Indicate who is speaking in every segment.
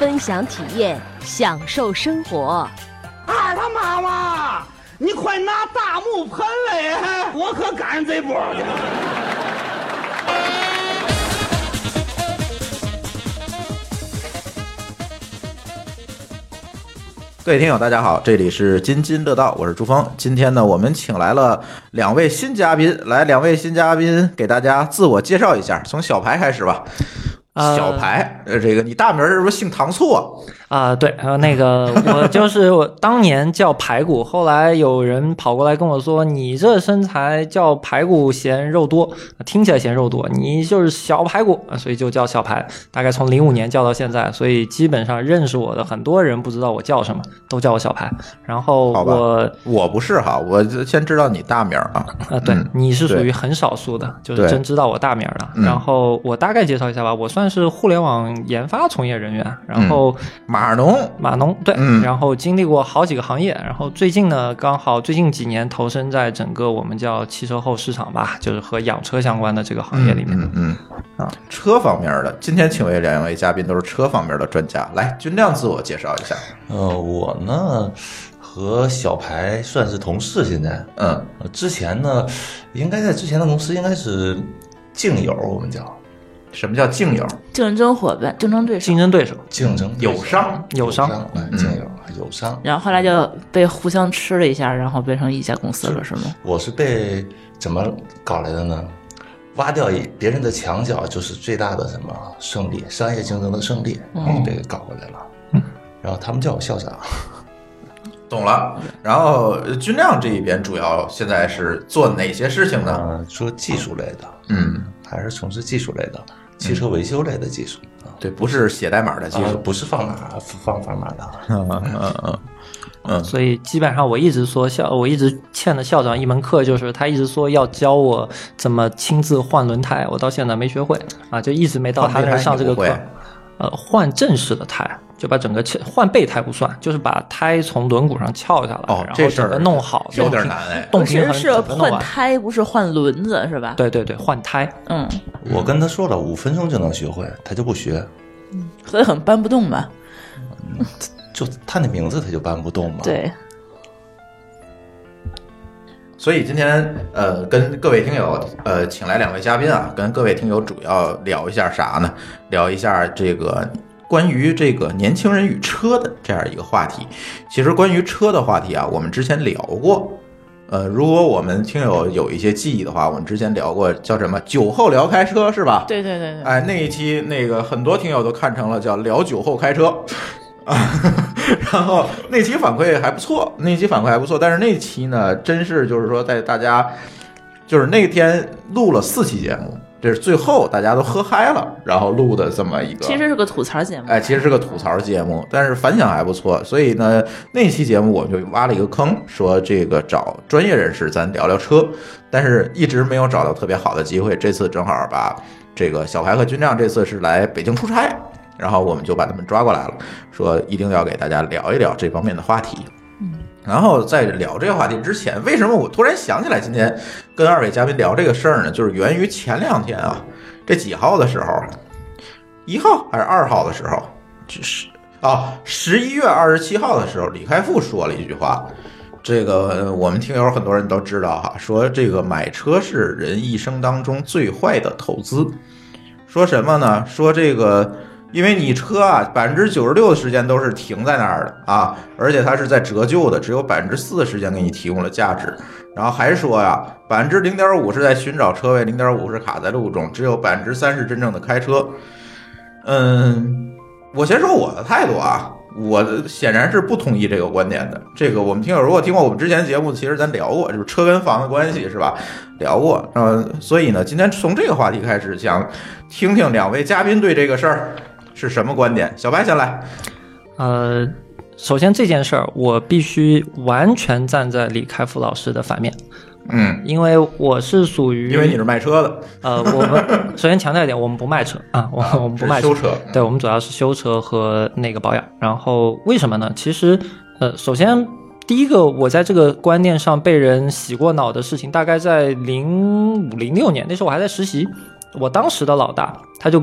Speaker 1: 分享体验，享受生活。
Speaker 2: 二他妈妈，你快拿大木盆来，我可赶上这波了。
Speaker 3: 各位听友，大家好，这里是津津乐道，我是朱峰。今天呢，我们请来了两位新嘉宾，来，两位新嘉宾给大家自我介绍一下，从小排开始吧。
Speaker 4: 呃
Speaker 3: 小排，呃，这个你大名是不是姓唐醋啊？
Speaker 4: 啊、对，还有那个，我就是我当年叫排骨，后来有人跑过来跟我说，你这身材叫排骨嫌肉多，听起来嫌肉多，你就是小排骨，啊所以就叫小排。大概从零五年叫到现在，所以基本上认识我的很多人不知道我叫什么，都叫我小排。然后
Speaker 3: 好吧
Speaker 4: 我，
Speaker 3: 我不是哈，我就先知道你大名啊。
Speaker 4: 啊，对
Speaker 3: 嗯，
Speaker 4: 你是属
Speaker 3: 对
Speaker 4: 于很少数的，就是
Speaker 3: 对
Speaker 4: 真知道我大名儿的。
Speaker 3: 嗯
Speaker 4: 然后我大概介绍一下吧，我算是互联网研发从业人员，然
Speaker 3: 嗯
Speaker 4: 后
Speaker 3: 马农，
Speaker 4: 码农，对，
Speaker 3: 嗯
Speaker 4: 然后经历过好几个行业，然后最近呢，刚好最近几年投身在整个我们叫汽车后市场吧，就是和养车相关的这个行业里面。
Speaker 3: 嗯嗯
Speaker 4: 啊，
Speaker 3: 车方面的，今天请为两位嘉宾都是车方面的专家，来，军亮自我介绍一下。
Speaker 5: 呃，我呢和小排算是同事，现在，
Speaker 3: 嗯，
Speaker 5: 呃之前呢，应该在之前的公司应该是竞友，我们叫
Speaker 3: 什么叫竞友？
Speaker 6: 竞争伙伴、竞争对手
Speaker 4: 竞，争对手，
Speaker 5: 竞争对
Speaker 3: 友商，
Speaker 4: 友商，
Speaker 5: 哎
Speaker 3: 嗯
Speaker 5: 竞友，友商。
Speaker 6: 然后后来就被互相吃了一下，然后变成一家公司了，是吗？
Speaker 5: 我是被怎么搞来的呢？挖掉一别人的墙角就是最大的什么胜利，商业竞争的胜利，然
Speaker 3: 嗯
Speaker 5: 后被搞过来了。然后他们叫我校长，
Speaker 3: 懂了。然后呃军亮这一边主要现在是做哪些事情呢？
Speaker 5: 呃，说技术类的，
Speaker 3: 嗯，
Speaker 5: 还是从事技术类的，汽车维修类的技术啊。
Speaker 3: 对，不是写代码的技
Speaker 5: 啊，
Speaker 3: 术。
Speaker 5: 不是放哪放放哪的，
Speaker 3: 嗯嗯嗯嗯
Speaker 4: 所以基本上我一直说校，我一直欠的校长一门课，就是他一直说要教我怎么亲自换轮胎，我到现在没学会啊，就一直没到他那儿上这个
Speaker 3: 换备
Speaker 4: 课
Speaker 3: 胎你。
Speaker 4: 呃，换正式的胎，就把整个切换备胎不算，就是把胎从轮毂上撬下来，
Speaker 3: 哦
Speaker 4: 然
Speaker 3: 这
Speaker 4: 后
Speaker 3: 事儿
Speaker 4: 整个弄好，
Speaker 3: 有点难哎。
Speaker 4: 动
Speaker 6: 不
Speaker 4: 平
Speaker 6: 是
Speaker 4: 衡
Speaker 6: 是
Speaker 4: 整个弄
Speaker 6: 换
Speaker 4: 完。
Speaker 6: 胎，不是换轮子，是吧？，
Speaker 4: 对对对，换胎。
Speaker 6: 嗯，
Speaker 5: 我跟他说了五分钟就能学会，他就不学，
Speaker 6: 所以很搬不动嘛。
Speaker 3: 啊
Speaker 5: 就他那名字他就搬不动嘛。，
Speaker 6: 对，
Speaker 3: 所以今天呃，跟各位听友呃，请来两位嘉宾啊，跟各位听友主要聊一下啥呢？聊一下这个关于这个年轻人与车的这样一个话题。其实关于车的话题啊，我们之前聊过。呃，如果我们听友有一些记忆的话，我们之前聊过叫什么“酒后聊开车”是吧？
Speaker 6: 对对对对，
Speaker 3: 哎，那一期那个很多听友都看成了叫“聊酒后开车”，啊，然后那期反馈还不错，那期反馈还不错，但是那期呢，真是就是说在大家就是那天录了四期节目，这是最后大家都喝嗨了，然后录的这么一个，
Speaker 6: 其实是个吐槽节目。
Speaker 3: 哎，其实是个吐槽节目，但是反响还不错，所以呢，那期节目我就挖了一个坑，说这个找专业人士咱聊聊车，但是一直没有找到特别好的机会，这次正好把这个小排和军亮这次是来北京出差，然后我们就把他们抓过来了，说一定要给大家聊一聊这方面的话题。
Speaker 6: 嗯
Speaker 3: 然后在聊这个话题之前，为什么我突然想起来今天跟二位嘉宾聊这个事儿呢？就是源于前两天啊，这几号的时候，一号还是二号的时候，就是啊，十一月二十七号的时候，李开复说了一句话，这个呃我们听友很多人都知道哈，说这个买车是人一生当中最坏的投资。说什么呢？说这个，因为你车啊，百分之九十六的时间都是停在那儿的啊，而且它是在折旧的，只有百分之四的时间给你提供了价值。然后还说呀，百分之零点五是在寻找车位，零点五是卡在路中，只有百分之三是真正的开车。嗯，我先说我的态度啊，我显然是不同意这个观点的。这个我们听友如果听过我们之前节目，其实咱聊过，就是车跟房的关系是吧？聊过，呃，所以呢，今天从这个话题开始，想听听两位嘉宾对这个事儿是什么观点？小白先来，
Speaker 4: 呃，首先这件事儿，我必须完全站在李开复老师的反面，
Speaker 3: 嗯，
Speaker 4: 因为我是属于
Speaker 3: 因为你是卖车的，
Speaker 4: 呃，我们 首先强调一点，我们不卖车啊，我我们不卖
Speaker 3: 是修车
Speaker 4: 对，我们主要是修车和那个保养。然后为什么呢？其实，呃，首先第一个，我在这个观念上被人洗过脑的事情，大概在零五零六年，那时候我还在实习，我当时的老大他就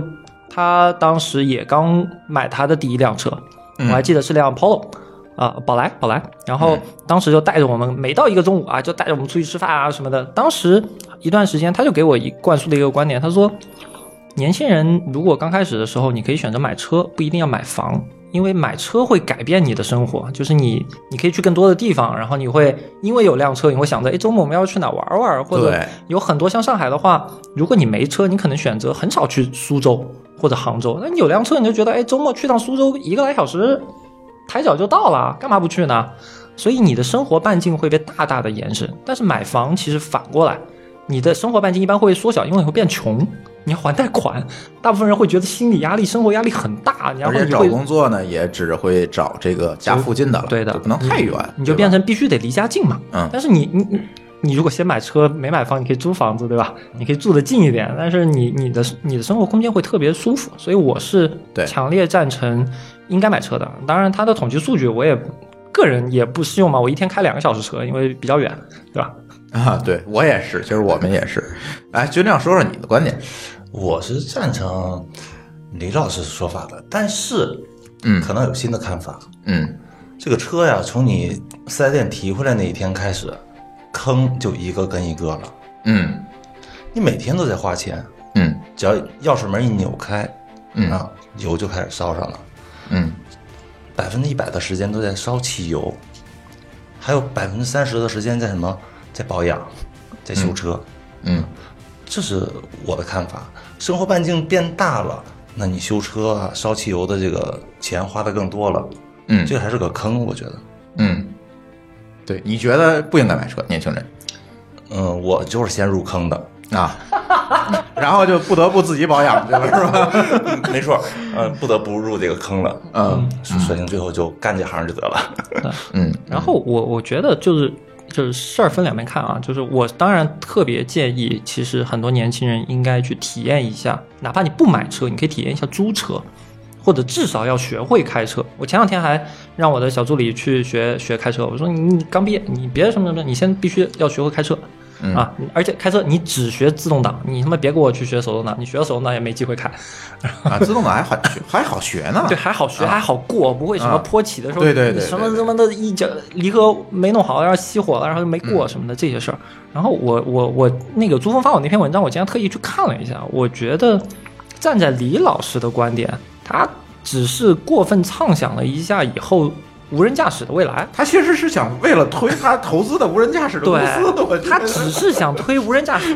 Speaker 4: 他当时也刚买他的第一辆车，我还记得是辆 Polo。啊、宝来，宝来，然后当时就带着我们，每到一个中午啊，就带着我们出去吃饭啊什么的。当时一段时间，他就给我一灌输的一个观点，他说，年轻人如果刚开始的时候，你可以选择买车，不一定要买房，因为买车会改变你的生活，就是你你可以去更多的地方，然后你会因为有辆车，你会想着，哎，周末我们要去哪玩玩，或者
Speaker 3: 对
Speaker 4: 有很多像上海的话，如果你没车，你可能选择很少去苏州或者杭州，那你有辆车，你就觉得，哎，周末去趟苏州一个来小时，抬脚就到了，干嘛不去呢？所以你的生活半径会被大大的延伸，但是买房其实反过来，你的生活半径一般会缩小，因为你会变穷，你要还贷款，大部分人会觉得心理压力、生活压力很大，然
Speaker 3: 而
Speaker 4: 后
Speaker 3: 且
Speaker 4: 你
Speaker 3: 找
Speaker 4: 会
Speaker 3: 工作呢，也只会找这个家附近的了，嗯
Speaker 4: 对的
Speaker 3: 就不能太远，
Speaker 4: 你就
Speaker 3: 对吧
Speaker 4: 变成必须得离家近嘛。
Speaker 3: 嗯
Speaker 4: 但是你你你你如果先买车没买房，你可以租房子，对吧？你可以住得近一点，但是你你的你的生活空间会特别舒服，所以我是
Speaker 3: 对
Speaker 4: 强烈赞成应该买车的。当然，它的统计数据我也个人也不适用嘛，我一天开两个小时车，因为比较远，对吧？
Speaker 3: 啊，对我也是，其实我们也是，哎，军亮说说你的观点，
Speaker 5: 我是赞成李老师说法的，但是，
Speaker 3: 嗯
Speaker 5: 可能有新的看法。
Speaker 3: 嗯，
Speaker 5: 这个车呀，从你四 S 店提回来那一天开始，坑就一个跟一个了。
Speaker 3: 嗯
Speaker 5: 你每天都在花钱，
Speaker 3: 嗯
Speaker 5: 只要钥匙门一扭开，
Speaker 3: 嗯
Speaker 5: 啊，油就开始烧上了。
Speaker 3: 嗯，
Speaker 5: 百分之一百的时间都在烧汽油，还有百分之三十的时间在什么？在保养，在修车。
Speaker 3: 嗯，
Speaker 5: 这是我的看法。生活半径变大了，那你修车啊、烧汽油的这个钱花的更多了，
Speaker 3: 嗯
Speaker 5: 这还是个坑，我觉得。
Speaker 3: 嗯，对，你觉得不应该买车，年轻人
Speaker 5: 嗯，我就是先入坑 的，
Speaker 3: 啊， 然后就不得不自己保养去了，是 吧？
Speaker 5: 没错，呃，不得不入这个坑了，
Speaker 3: 嗯
Speaker 5: 索索性最后就干这行就得了。
Speaker 3: 嗯
Speaker 4: 然后我我觉得就是就是事儿分两面看啊，就是我当然特别建议，其实很多年轻人应该去体验一下，哪怕你不买车，你可以体验一下租车，或者至少要学会开车。我前两天还让我的小助理去学学开车，我说你你刚毕业，你别什么什么，你先必须要学会开车。啊，你而且开车你只学自动挡，你他妈别给我去学手动挡，你学了手动挡也没机会开。
Speaker 3: 啊，自动挡还好学还好学呢，
Speaker 4: 对，还好学，
Speaker 3: 啊
Speaker 4: 还好过，不会什么
Speaker 3: 啊
Speaker 4: 坡起的时候，
Speaker 3: 对对对
Speaker 4: 你
Speaker 3: 对
Speaker 4: 什么
Speaker 3: 对
Speaker 4: 什么的，一脚离合没弄好，然后熄火了，然后就没过
Speaker 3: 嗯
Speaker 4: 什么的这些事儿。然后我我我那个朱峰发我那篇文章，我今天特意去看了一下，我觉得站在李老师的观点，他只是过分畅想了一下以后无人驾驶的未来。
Speaker 3: 他确实是想为了推他投资的无人驾驶的 公司的，我
Speaker 4: 对，
Speaker 3: 觉
Speaker 4: 他
Speaker 3: 得
Speaker 4: 只是想推无人驾驶，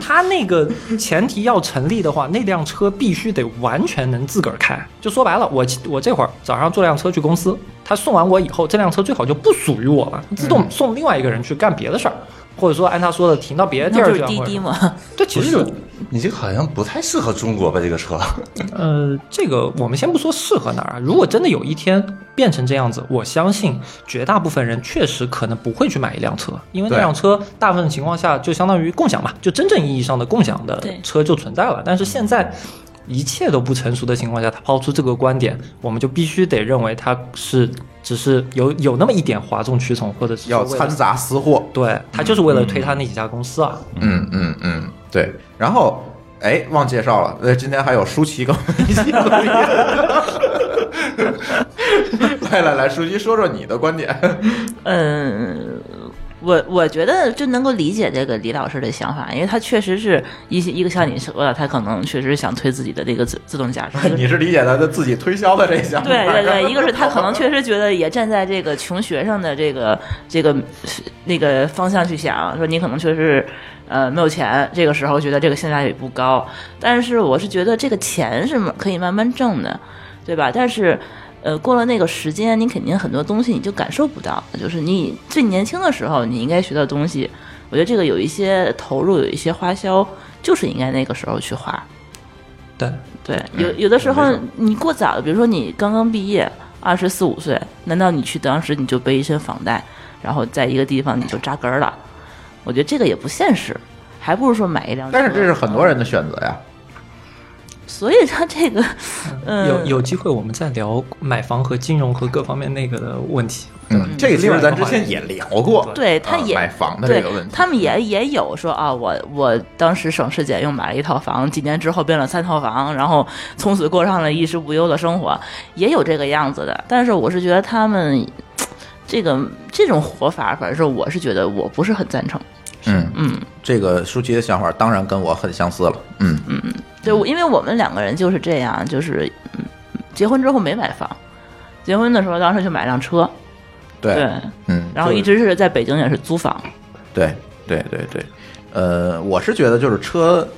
Speaker 4: 他那个前提要成立的话，那辆车必须得完全能自个儿开。就说白了，我我这会儿早上坐辆车去公司，他送完我以后，这辆车最好就不属于我了，自
Speaker 6: 嗯
Speaker 4: 动送另外一个人去干别的事儿，或者说按他说的停到别的地
Speaker 6: 那
Speaker 4: 儿
Speaker 6: 就
Speaker 4: 去
Speaker 6: 是
Speaker 4: 啊。
Speaker 6: 滴
Speaker 4: 或者
Speaker 6: 滴
Speaker 4: 什么
Speaker 6: 嘛，
Speaker 4: 对，其实就是
Speaker 5: 你这个好像不太适合中国吧？这个车，
Speaker 4: 呃，这个我们先不说适合哪儿啊。如果真的有一天变成这样子，我相信绝大部分人确实可能不会去买一辆车，因为那
Speaker 3: 对
Speaker 4: 辆车大部分情况下就相当于共享嘛，就真正意义上的共享的
Speaker 6: 对
Speaker 4: 车就存在了。但是现在一切都不成熟的情况下，他抛出这个观点，我们就必须得认为他是只是有有那么一点哗众取宠，或者是
Speaker 3: 要
Speaker 4: 为了
Speaker 3: 掺杂私货，
Speaker 4: 对他就是为了推他那几家公司啊。
Speaker 3: 嗯嗯嗯，对，然后。哎，忘介绍了，那今天还有舒淇跟我们一起录音。 来来来，舒淇说说你的观点。
Speaker 6: 嗯，我我觉得就能够理解这个李老师的想法，因为他确实是一些一个像你说的，他可能确实想推自己的这个自自动驾驶。 一个
Speaker 3: 你是理解他的自己推销的这一项，
Speaker 6: 对对 对，一个是他可能确实觉得也站在这个穷学生的这个这个那个方向去想，说你可能确实呃没有钱，这个时候觉得这个性价比不高，但是我是觉得这个钱是可以慢慢挣的，对吧？但是。呃，过了那个时间，你肯定很多东西你就感受不到，就是你最年轻的时候你应该学到的东西，我觉得这个有一些投入，有一些花销，就是应该那个时候去花。
Speaker 4: 对，
Speaker 6: 对，
Speaker 3: 嗯
Speaker 6: 有有的时候你过早了，比如说你刚刚毕业，二十四五岁，难道你去当时你就背一身房贷，然后在一个地方你就扎根儿了？我觉得这个也不现实，还不如说买一辆车。
Speaker 3: 但是这是很多人的选择呀。
Speaker 6: 所以他这个，嗯，
Speaker 4: 有有机会我们再聊买房和金融和各方面那个的问题。
Speaker 3: 嗯，这个其实咱之前也聊过，
Speaker 6: 对，他
Speaker 3: 啊
Speaker 6: 也、
Speaker 3: 买房的
Speaker 6: 对
Speaker 3: 这个问题，嗯
Speaker 6: 他们也也有说啊，我我当时省吃俭用买了一套房，几年之后变了三套房，然后从此过上了衣食无忧的生活，也有这个样子的。但是我是觉得他们这个这种活法，反正是我是觉得我不是很赞成。
Speaker 3: 嗯嗯，这个舒淇的想法当然跟我很相似了，嗯嗯，
Speaker 6: 对，我因为我们两个人就是这样，就是嗯结婚之后没买房，结婚的时候当时就买辆车，
Speaker 3: 对，
Speaker 6: 对，
Speaker 3: 嗯，
Speaker 6: 然后
Speaker 3: 就
Speaker 6: 一直是在北京也是租房，
Speaker 3: 对对对对，呃，我是觉得就是车，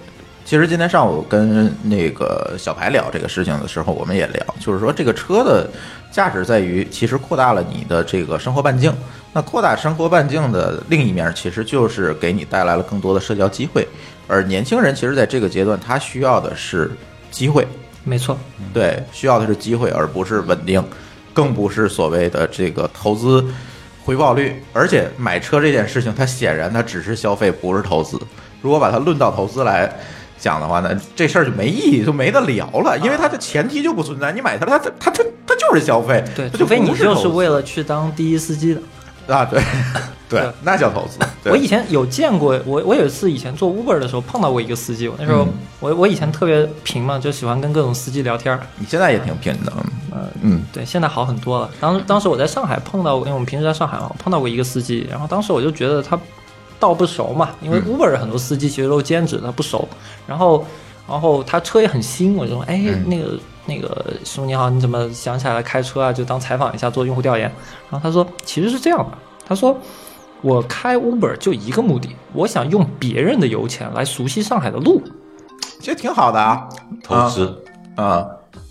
Speaker 3: 其实今天上午跟那个小排聊这个事情的时候，我们也聊，就是说这个车的价值在于，其实扩大了你的这个生活半径。那扩大生活半径的另一面，其实就是给你带来了更多的社交机会。而年轻人其实在这个阶段，他需要的是机会，
Speaker 4: 没错，
Speaker 3: 对，需要的是机会，而不是稳定，更不是所谓的这个投资回报率。而且买车这件事情，它显然它只是消费，不是投资。如果把它论到投资来讲的话呢，这事儿就没意义，就没得聊了，因为它的前提就不存在。你买它，它它它它它就是消费，
Speaker 4: 对，
Speaker 3: 它
Speaker 4: 除
Speaker 3: 就
Speaker 4: 非你
Speaker 3: 不是
Speaker 4: 就
Speaker 3: 投
Speaker 4: 是
Speaker 3: 资
Speaker 4: 为了去当第一司机的。
Speaker 3: 啊，对对
Speaker 4: 对，
Speaker 3: 那叫投资。对
Speaker 4: 我以前有见过，我我有一次以前做 Uber 的时候碰到过一个司机，我那时候、
Speaker 3: 嗯
Speaker 4: 我我以前特别贫嘛，就喜欢跟各种司机聊天儿。
Speaker 3: 你现在也挺拼的，嗯嗯。
Speaker 4: 对，现在好很多了。当当时我在上海碰到，因为我们平时在上海嘛，我碰到过一个司机，然后当时我就觉得他道不熟嘛，因为
Speaker 3: 嗯
Speaker 4: Uber 很多司机其实都是兼职，他不熟。然后，然后他车也很新，我就说，哎，
Speaker 3: 嗯
Speaker 4: 那个那个师傅你好，你怎么想起来开车啊？就当采访一下，做用户调研。然后他说，其实是这样的，他说。我开 Uber 就一个目的，我想用别人的油钱来熟悉上海的路。
Speaker 3: 其实挺好的啊，
Speaker 5: 投资
Speaker 3: 啊，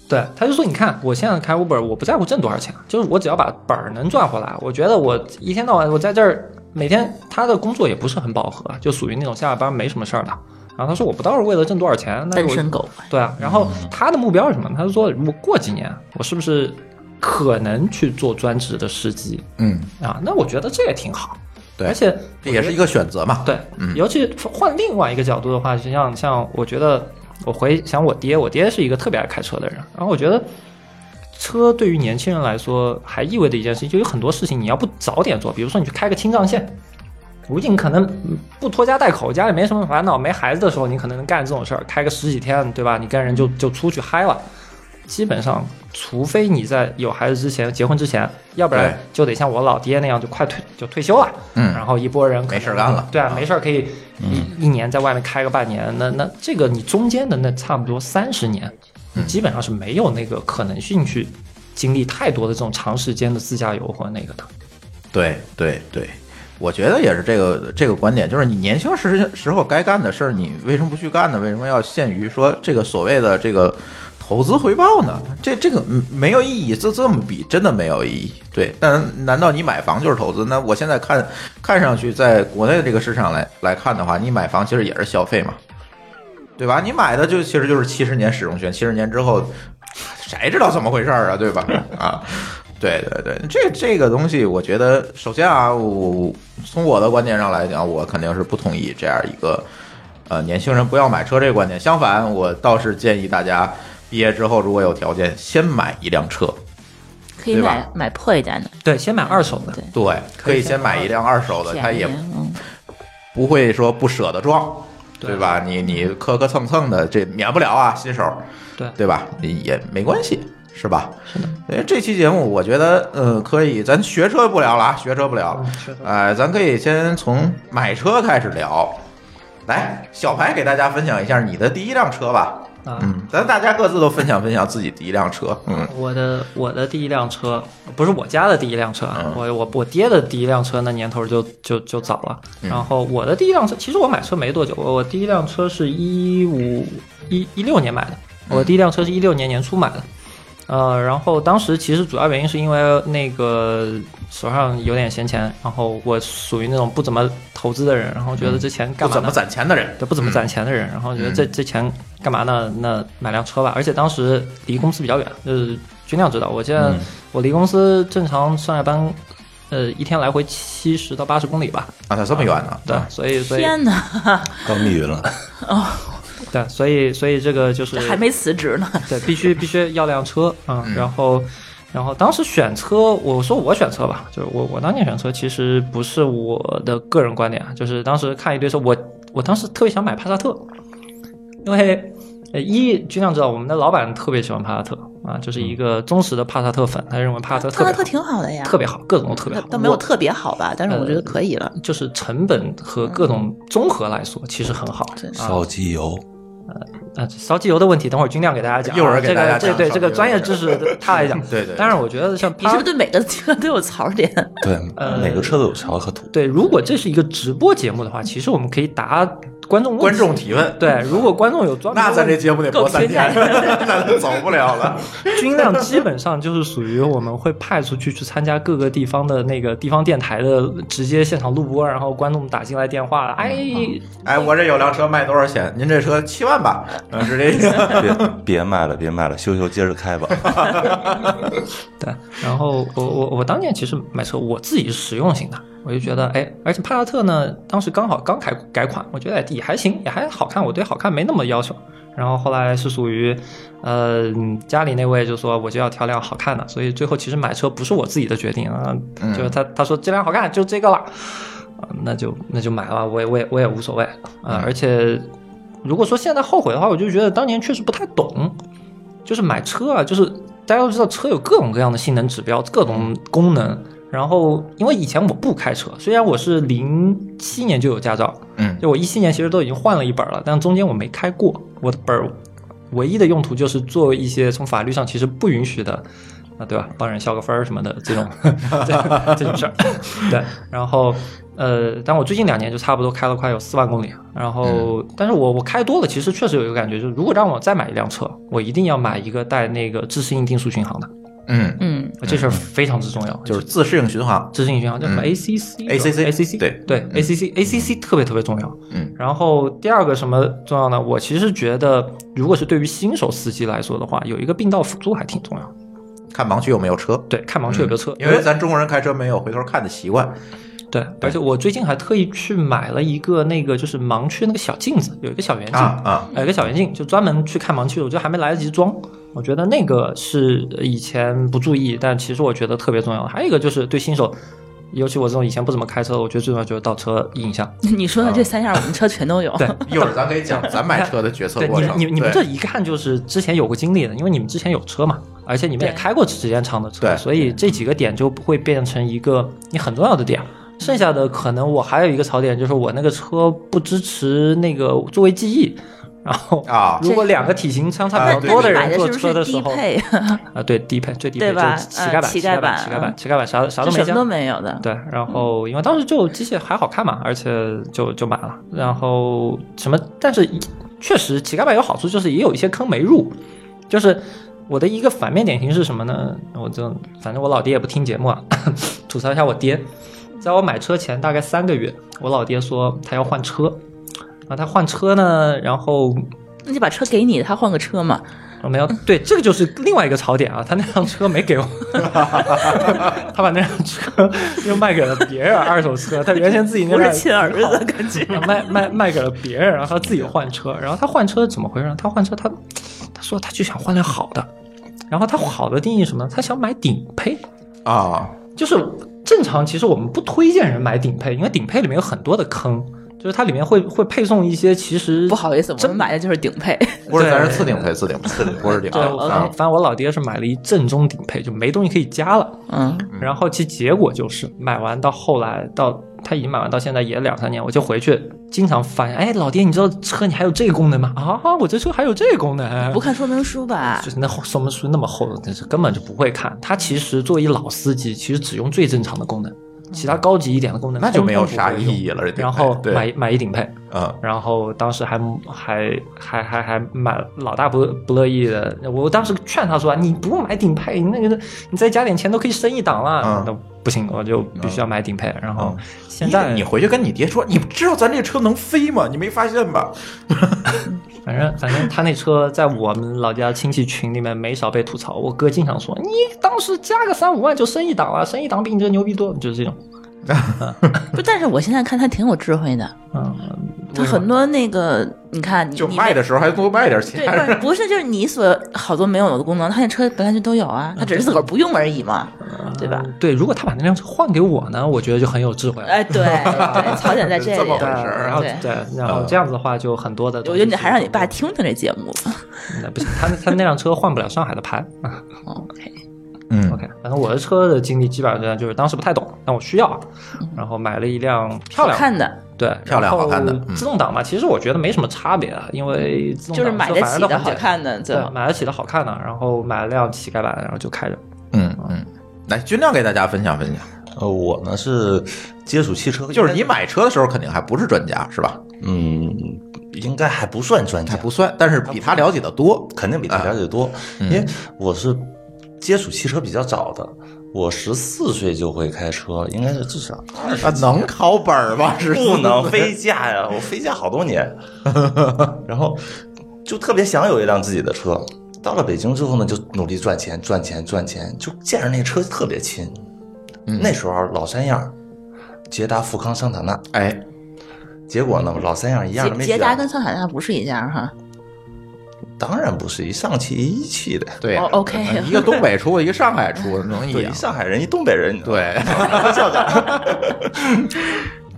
Speaker 4: 对，他就说，你看，我现在开 Uber，我不在乎挣多少钱，就是我只要把本儿能赚回来，我觉得我一天到晚我在这儿，每天他的工作也不是很饱和，就属于那种下了班没什么事儿的。然后他说，我不倒是为了挣多少钱，那
Speaker 6: 单
Speaker 4: 我
Speaker 6: 身狗。
Speaker 4: 对啊。然后他的目标是什么？他就说，如果过几年我是不是可能去做专职的司机
Speaker 3: 嗯，
Speaker 4: 啊？那我觉得这也挺好。
Speaker 3: 对
Speaker 4: 而且
Speaker 3: 这也是一个选择嘛，
Speaker 4: 对，
Speaker 3: 嗯
Speaker 4: 尤其换另外一个角度的话，就像像我觉得，我回想我爹，我爹是一个特别爱开车的人，然后我觉得。车对于年轻人来说，还意味着一件事情，就有很多事情你要不早点做，比如说你去开个青藏线，如尽可能不拖家带口，家里没什么烦恼，没孩子的时候，你可能能干这种事儿，开个十几天，对吧？你跟人就就出去嗨了。基本上，除非你在有孩子之前、结婚之前，要不然
Speaker 3: 对
Speaker 4: 就得像我老爹那样，就快退就退休了。
Speaker 3: 嗯
Speaker 4: 然后一波人可能
Speaker 3: 没事儿干了
Speaker 4: 对啊，没事儿可以一一年在外面开个半年。那那这个你中间的那差不多三十年，你基本上是没有那个可能性去经历太多的这种长时间的自驾游或那个的。
Speaker 3: 对对对，我觉得也是这个这个观点，就是你年轻时时候该干的事儿，你为什么不去干呢？为什么要限于说这个所谓的这个投资回报呢？这这个嗯没有意义，这这么比真的没有意义。对，但难道你买房就是投资？那我现在看看上去，在国内的这个市场来来看的话，你买房其实也是消费嘛。对吧？你买的就其实就是七十年使用权，七十年之后，谁知道怎么回事儿啊？对吧？啊，对对对，这这个东西，我觉得首先啊，我从我的观点上来讲，我肯定是不同意这样一个呃年轻人不要买车这个观点。相反，我倒是建议大家毕业之后如果有条件，先买一辆车。
Speaker 6: 可以
Speaker 3: 对吧
Speaker 6: 买买破一点的，
Speaker 4: 对，先买二手的。
Speaker 6: 对
Speaker 3: 对，可以先买一辆二手的，它
Speaker 6: 便宜，
Speaker 3: 也
Speaker 6: 嗯，
Speaker 3: 不会说不舍得撞，对吧？你你磕磕蹭蹭的，这免不了啊，新手。
Speaker 4: 对
Speaker 3: 对吧？也没关系，是吧？是的。因为这期节目，我觉得，呃，可以，咱学车不聊了啊，学车不聊了，呃，咱可以先从买车开始聊。来，小白给大家分享一下你的第一辆车吧。
Speaker 4: 啊
Speaker 3: 嗯，咱大家各自都分享分享自己第一辆车。嗯，
Speaker 4: 我的我的第一辆车不是我家的第一辆车啊，
Speaker 3: 嗯
Speaker 4: 我我我爹的第一辆车那年头就就就早了。
Speaker 3: 嗯
Speaker 4: 然后我的第一辆车，其实我买车没多久，我我第一辆
Speaker 3: 嗯
Speaker 4: 车是一五一一六年买的，我的第一辆车是一六年年初买的。呃，然后当时其实主要原因是因为那个手上有点闲钱，然后我属于那种不怎么投资的人，然后觉得这钱
Speaker 3: 不
Speaker 4: 干嘛
Speaker 3: 怎
Speaker 4: 呢？
Speaker 3: 么攒钱的人，
Speaker 4: 对，不怎么攒钱的人，然后觉得
Speaker 3: 嗯
Speaker 4: 这这钱干嘛呢？那买辆车吧。而且当时离公司比较远，就是军亮知道，我现在
Speaker 3: 嗯
Speaker 4: 我离公司正常上下班，呃，一天来回七十到八十公里吧。
Speaker 3: 啊，他这么远呢？
Speaker 4: 对，所以所以
Speaker 6: 天哪，
Speaker 5: 刚密 云了，
Speaker 4: 对，所以所以这个就是
Speaker 6: 这还没辞职呢，
Speaker 4: 对，必须必须要辆车啊、然后，然后当时选车，我说我选车吧，就是我我当年选车其实不是我的个人观点啊，就是当时看一堆车，我我当时特别想买帕萨特，因为呃一军亮知道我们的老板特别喜欢帕萨特啊，就是一个忠实的帕萨特粉，他认为帕萨特特
Speaker 6: 特
Speaker 4: 别
Speaker 6: 特
Speaker 4: 好。
Speaker 6: 挺好的呀，
Speaker 4: 特别好，各种都特别好，
Speaker 6: 倒没有
Speaker 4: 我呃嗯
Speaker 6: 特别好吧，但是我觉得可以了。
Speaker 4: 就是成本和各种综合来说，其实很好。
Speaker 3: 啊
Speaker 5: 烧机油，
Speaker 4: 呃，烧机油的问题，等会儿军亮给大家讲啊。
Speaker 3: 一会儿给大家
Speaker 4: 这个
Speaker 3: 讲
Speaker 4: 对对
Speaker 3: 烧
Speaker 4: 这个
Speaker 3: 机油
Speaker 4: 专业知识，他来讲。
Speaker 3: 对对
Speaker 4: 但是我觉得像
Speaker 6: 你是
Speaker 4: 帕
Speaker 6: 不是对每个 地方都有槽点？
Speaker 5: 对，
Speaker 4: 呃
Speaker 5: 哪个车都有槽 和土。
Speaker 4: 对，如果这是一个直播节目的话，其实我们可以答观众问题
Speaker 3: 观众提问，
Speaker 4: 对，如果观众有专门
Speaker 3: 那咱这
Speaker 4: 问
Speaker 3: 节目得播三天，
Speaker 6: 够
Speaker 3: 那咱走不了了。
Speaker 4: 军量，基本上就是属于我们会派出去去参加各个地方的那个地方电台的直接现场录播，然后观众打进来电话，哎，
Speaker 3: 哎，我这有辆车卖多少钱？您这车七万吧？嗯，是这意思。
Speaker 5: 别别卖了，别卖了，修修接着开吧。
Speaker 4: 对，然后我我我当年其实买车，我自己是实用型的，我就觉得哎，而且帕萨特呢，当时刚好刚改改款，我觉得哎也还行，也还好看，我对好看没那么要求。然后后来是属于，呃，家里那位就说我就要挑辆好看的，所以最后其实买车不是我自己的决定啊，就是他他说这辆好看就这个了，啊那就那就买了，我也我也我也无所谓啊、而且如果说现在后悔的话，我就觉得当年确实不太懂，就是买车啊，就是大家都知道车有各种各样的性能指标，各种功能。然后，因为以前我不开车，虽然我是零七年就有驾照，
Speaker 3: 嗯
Speaker 4: 就我一七年其实都已经换了一本了，但中间我没开过。我的本儿唯一的用途就是做一些从法律上其实不允许的，啊，对吧？帮人消个分儿什么的这种 这这种事儿。对，然后呃，但我最近两年就差不多开了快有四万公里，啊然后、
Speaker 3: 嗯
Speaker 4: 但是我我开多了，其实确实有一个感觉，就是如果让我再买一辆车，我一定要买一个带那个自适应定速巡航的，
Speaker 3: 嗯，
Speaker 6: 嗯，
Speaker 4: 这事儿非常之重要，
Speaker 3: 就是自适应巡航。
Speaker 4: 自适应巡航叫什么
Speaker 3: 嗯
Speaker 4: ACC
Speaker 3: ACC
Speaker 4: ACC
Speaker 3: 对
Speaker 4: 对 ACC ACC 特别特别重要。
Speaker 3: 嗯，
Speaker 4: 然后第二个什么重要呢？我其实觉得，如果是对于新手司机来说的话，有一个并道辅助还挺重要。
Speaker 3: 看盲区有没有车。
Speaker 4: 对，看盲区有个车，
Speaker 3: 嗯因为咱中国人开车没有回头看的习惯，
Speaker 4: 对，而且我最近还特意去买了一个那个就是盲区那个小镜子，有一个小圆镜呃
Speaker 3: 啊 啊，
Speaker 4: 有一个小圆镜就专门去看盲区的，我觉得还没来得及装。我觉得那个是呃以前不注意，但其实我觉得特别重要的。还有一个就是对新手，尤其我这种以前不怎么开车的，我觉得最重要就是倒车影像。
Speaker 6: 你说的这三样，我们车全都有。
Speaker 4: 啊对
Speaker 3: 一会儿咱可以讲咱买车的决策
Speaker 4: 对，
Speaker 3: 过
Speaker 4: 你们
Speaker 3: 程。
Speaker 4: 你们你们这
Speaker 3: 对
Speaker 4: 一看就是之前有过经历的，因为你们之前有车嘛，而且你们也
Speaker 6: 对
Speaker 4: 开过时间长的车，
Speaker 3: 对
Speaker 4: 所以这几个点就不会变成一个你很重要的点。剩下的可能我还有一个槽点，就是我那个车不支持那个座位记忆，然后
Speaker 3: 啊
Speaker 4: 如果两个体型相差
Speaker 3: 啊
Speaker 4: 比较
Speaker 3: 对
Speaker 4: 多
Speaker 3: 对
Speaker 4: 的
Speaker 3: 对
Speaker 6: 买
Speaker 4: 人
Speaker 6: 的
Speaker 4: 坐
Speaker 6: 是
Speaker 4: 车
Speaker 6: 不
Speaker 4: 的
Speaker 6: 是
Speaker 4: 时
Speaker 6: 低
Speaker 4: 候，
Speaker 6: 配？
Speaker 4: 啊，对低配最低配
Speaker 6: 对吧
Speaker 4: 就是乞丐
Speaker 6: 呃
Speaker 4: 版，
Speaker 6: 乞
Speaker 4: 乞
Speaker 6: 丐
Speaker 4: 丐
Speaker 6: 版
Speaker 4: 版，乞丐版，乞丐版啥啥
Speaker 6: 就
Speaker 4: 都没
Speaker 6: 什么
Speaker 4: 见
Speaker 6: 都。没有的。
Speaker 4: 对，然后因为当时就机械还好看嘛，而且就就买了。然后什么，但是确实乞丐版有好处，就是也有一些坑没入。就是我的一个反面典型是什么呢？我就反正我老爹也不听节目啊， 吐槽一下我爹。在我买车前大概三个月，我老爹说他要换车，啊，他换车呢，然后
Speaker 6: 那就把车给你，他换个车嘛。
Speaker 4: 我没有，对，这个就是另外一个槽点啊。他那辆车没给我，他把那辆车又卖给了别人二手车。他原先自己那
Speaker 6: 不
Speaker 4: 辆
Speaker 6: 是亲儿子，感觉
Speaker 4: 卖卖卖给了别人，然后他自己换车。然后他换车怎么回事呢？他换车他他说他就想换辆好的，然后他好的定义是什么呢？他想买顶配，
Speaker 3: 啊，
Speaker 4: 就是正常，其实我们不推荐人买顶配，因为顶配里面有很多的坑，就是它里面会会配送一些其实
Speaker 6: 不好意思，我
Speaker 4: 真
Speaker 6: 们买的就是顶 配。
Speaker 3: 不是，
Speaker 4: 对
Speaker 3: 咱是次顶配，次顶配，不是顶配
Speaker 4: 对，我反
Speaker 3: 啊
Speaker 4: 正。反正我老爹是买了一正宗顶配，就没东西可以加了。
Speaker 6: 嗯，
Speaker 4: 然后其结果就是买完到后来到他已经买完到现在也两三年，我就回去经常发现，哎，老爹，你知道车你还有这个功能吗？啊，我这车还有这个功能
Speaker 3: 嗯
Speaker 6: 不。看说明书 吧
Speaker 4: 就。是那厚说明书那么厚，真是根本就不会看。他其实作为一老司机，其实只用最正常的功能，其他高级一点的功能
Speaker 3: 嗯那就没有啥
Speaker 4: 通通不会
Speaker 3: 意
Speaker 4: 用
Speaker 3: 义了这顶配
Speaker 4: 然后
Speaker 3: 对
Speaker 4: 买买一顶配，
Speaker 3: 嗯，
Speaker 4: 然后当时还还还还还蛮老大不不乐意的，我当时劝他说：“你不用买顶配，你那个你再加点钱都可以升一档了。
Speaker 3: 嗯
Speaker 4: 那不行，我就必须要买顶配。然后
Speaker 3: 嗯
Speaker 4: 现在
Speaker 3: 你你回去跟你爹说，你知道咱这车能飞吗？你没发现吧？
Speaker 4: 反正反正他那车在我们老家亲戚群里面没少被吐槽，我哥经常说：“你当时加个三五万就升一档了，升一档比你这牛逼多。”就是这种，
Speaker 6: 不，但是我现在看他挺有智慧的，
Speaker 4: 嗯，
Speaker 6: 他很多那个，你看，你
Speaker 3: 就
Speaker 6: 你
Speaker 3: 卖的时候还多卖点钱
Speaker 6: 对，，不是不是，就是你所好多没有的功能，他那车本来就都有啊，他只是自个儿不用而已嘛，啊
Speaker 4: 嗯
Speaker 6: 对吧？
Speaker 4: 对，如果他把那辆车换给我呢，我觉得就很有智慧了。
Speaker 6: 哎，对，对槽点在这
Speaker 3: 这
Speaker 6: 里
Speaker 3: 么。回
Speaker 4: 对，
Speaker 3: 事儿
Speaker 4: 然后
Speaker 6: 对
Speaker 4: 对，然后
Speaker 3: 嗯
Speaker 4: 这样子的话，就很多的。
Speaker 6: 我觉得你还让你爸听听这节目吧。
Speaker 4: 那哎不行，他那他那辆车换不了上海的牌。啊
Speaker 6: 哦 OK，
Speaker 3: 嗯
Speaker 4: OK，反正我的车的经历基本上就是当时不太懂，但我需要，啊然后买了一辆漂
Speaker 6: 嗯好
Speaker 4: 亮
Speaker 6: 看的，
Speaker 4: 对
Speaker 3: 漂亮
Speaker 4: 然后
Speaker 3: 好看的嗯
Speaker 4: 自动挡嘛，其实我觉得没什么差别啊，因为自动
Speaker 6: 就是
Speaker 4: 挡
Speaker 6: 买
Speaker 4: 车
Speaker 6: 得
Speaker 4: 反而
Speaker 6: 起
Speaker 4: 都
Speaker 6: 的、
Speaker 4: 很
Speaker 6: 好
Speaker 4: 简单。嗯
Speaker 6: 看的，最
Speaker 4: 对，
Speaker 6: 好。
Speaker 4: 买得起的好看的，然后买了辆乞丐版，然后就开着。
Speaker 3: 嗯嗯，来，军亮给大家分享分享，
Speaker 5: 呃，我呢是接触汽车，
Speaker 3: 就是你，买车的时候肯定还不是专家是吧？
Speaker 5: 嗯，应该还不算专
Speaker 3: 还
Speaker 5: 家，
Speaker 3: 不算，啊但是比他了解的多。
Speaker 5: 肯定比他了解多，因为我是接触汽车比较早的，我十四岁就会开车，应该是至少
Speaker 3: 啊，能考本儿吗？是
Speaker 5: 不能飞驾呀，我飞驾好多年，然后就特别想有一辆自己的车。到了北京之后呢，就努力赚钱，赚钱，赚钱，就见着那车特别亲。
Speaker 3: 嗯
Speaker 5: 那时候老三样，捷达、富康、桑塔纳，
Speaker 3: 哎，
Speaker 5: 结果呢，老三样一样都
Speaker 6: 捷
Speaker 5: 没
Speaker 6: 捷
Speaker 5: 选。
Speaker 6: 达跟桑塔纳不是一家哈。
Speaker 5: 当然不是一上汽一汽的，
Speaker 3: 对啊嗯
Speaker 6: 哦，OK
Speaker 3: 一个东北出的，一个上海出的，能一
Speaker 5: 对，
Speaker 3: 样
Speaker 5: 一？上海人，一东北人，你知道吗
Speaker 3: 对，
Speaker 5: 校长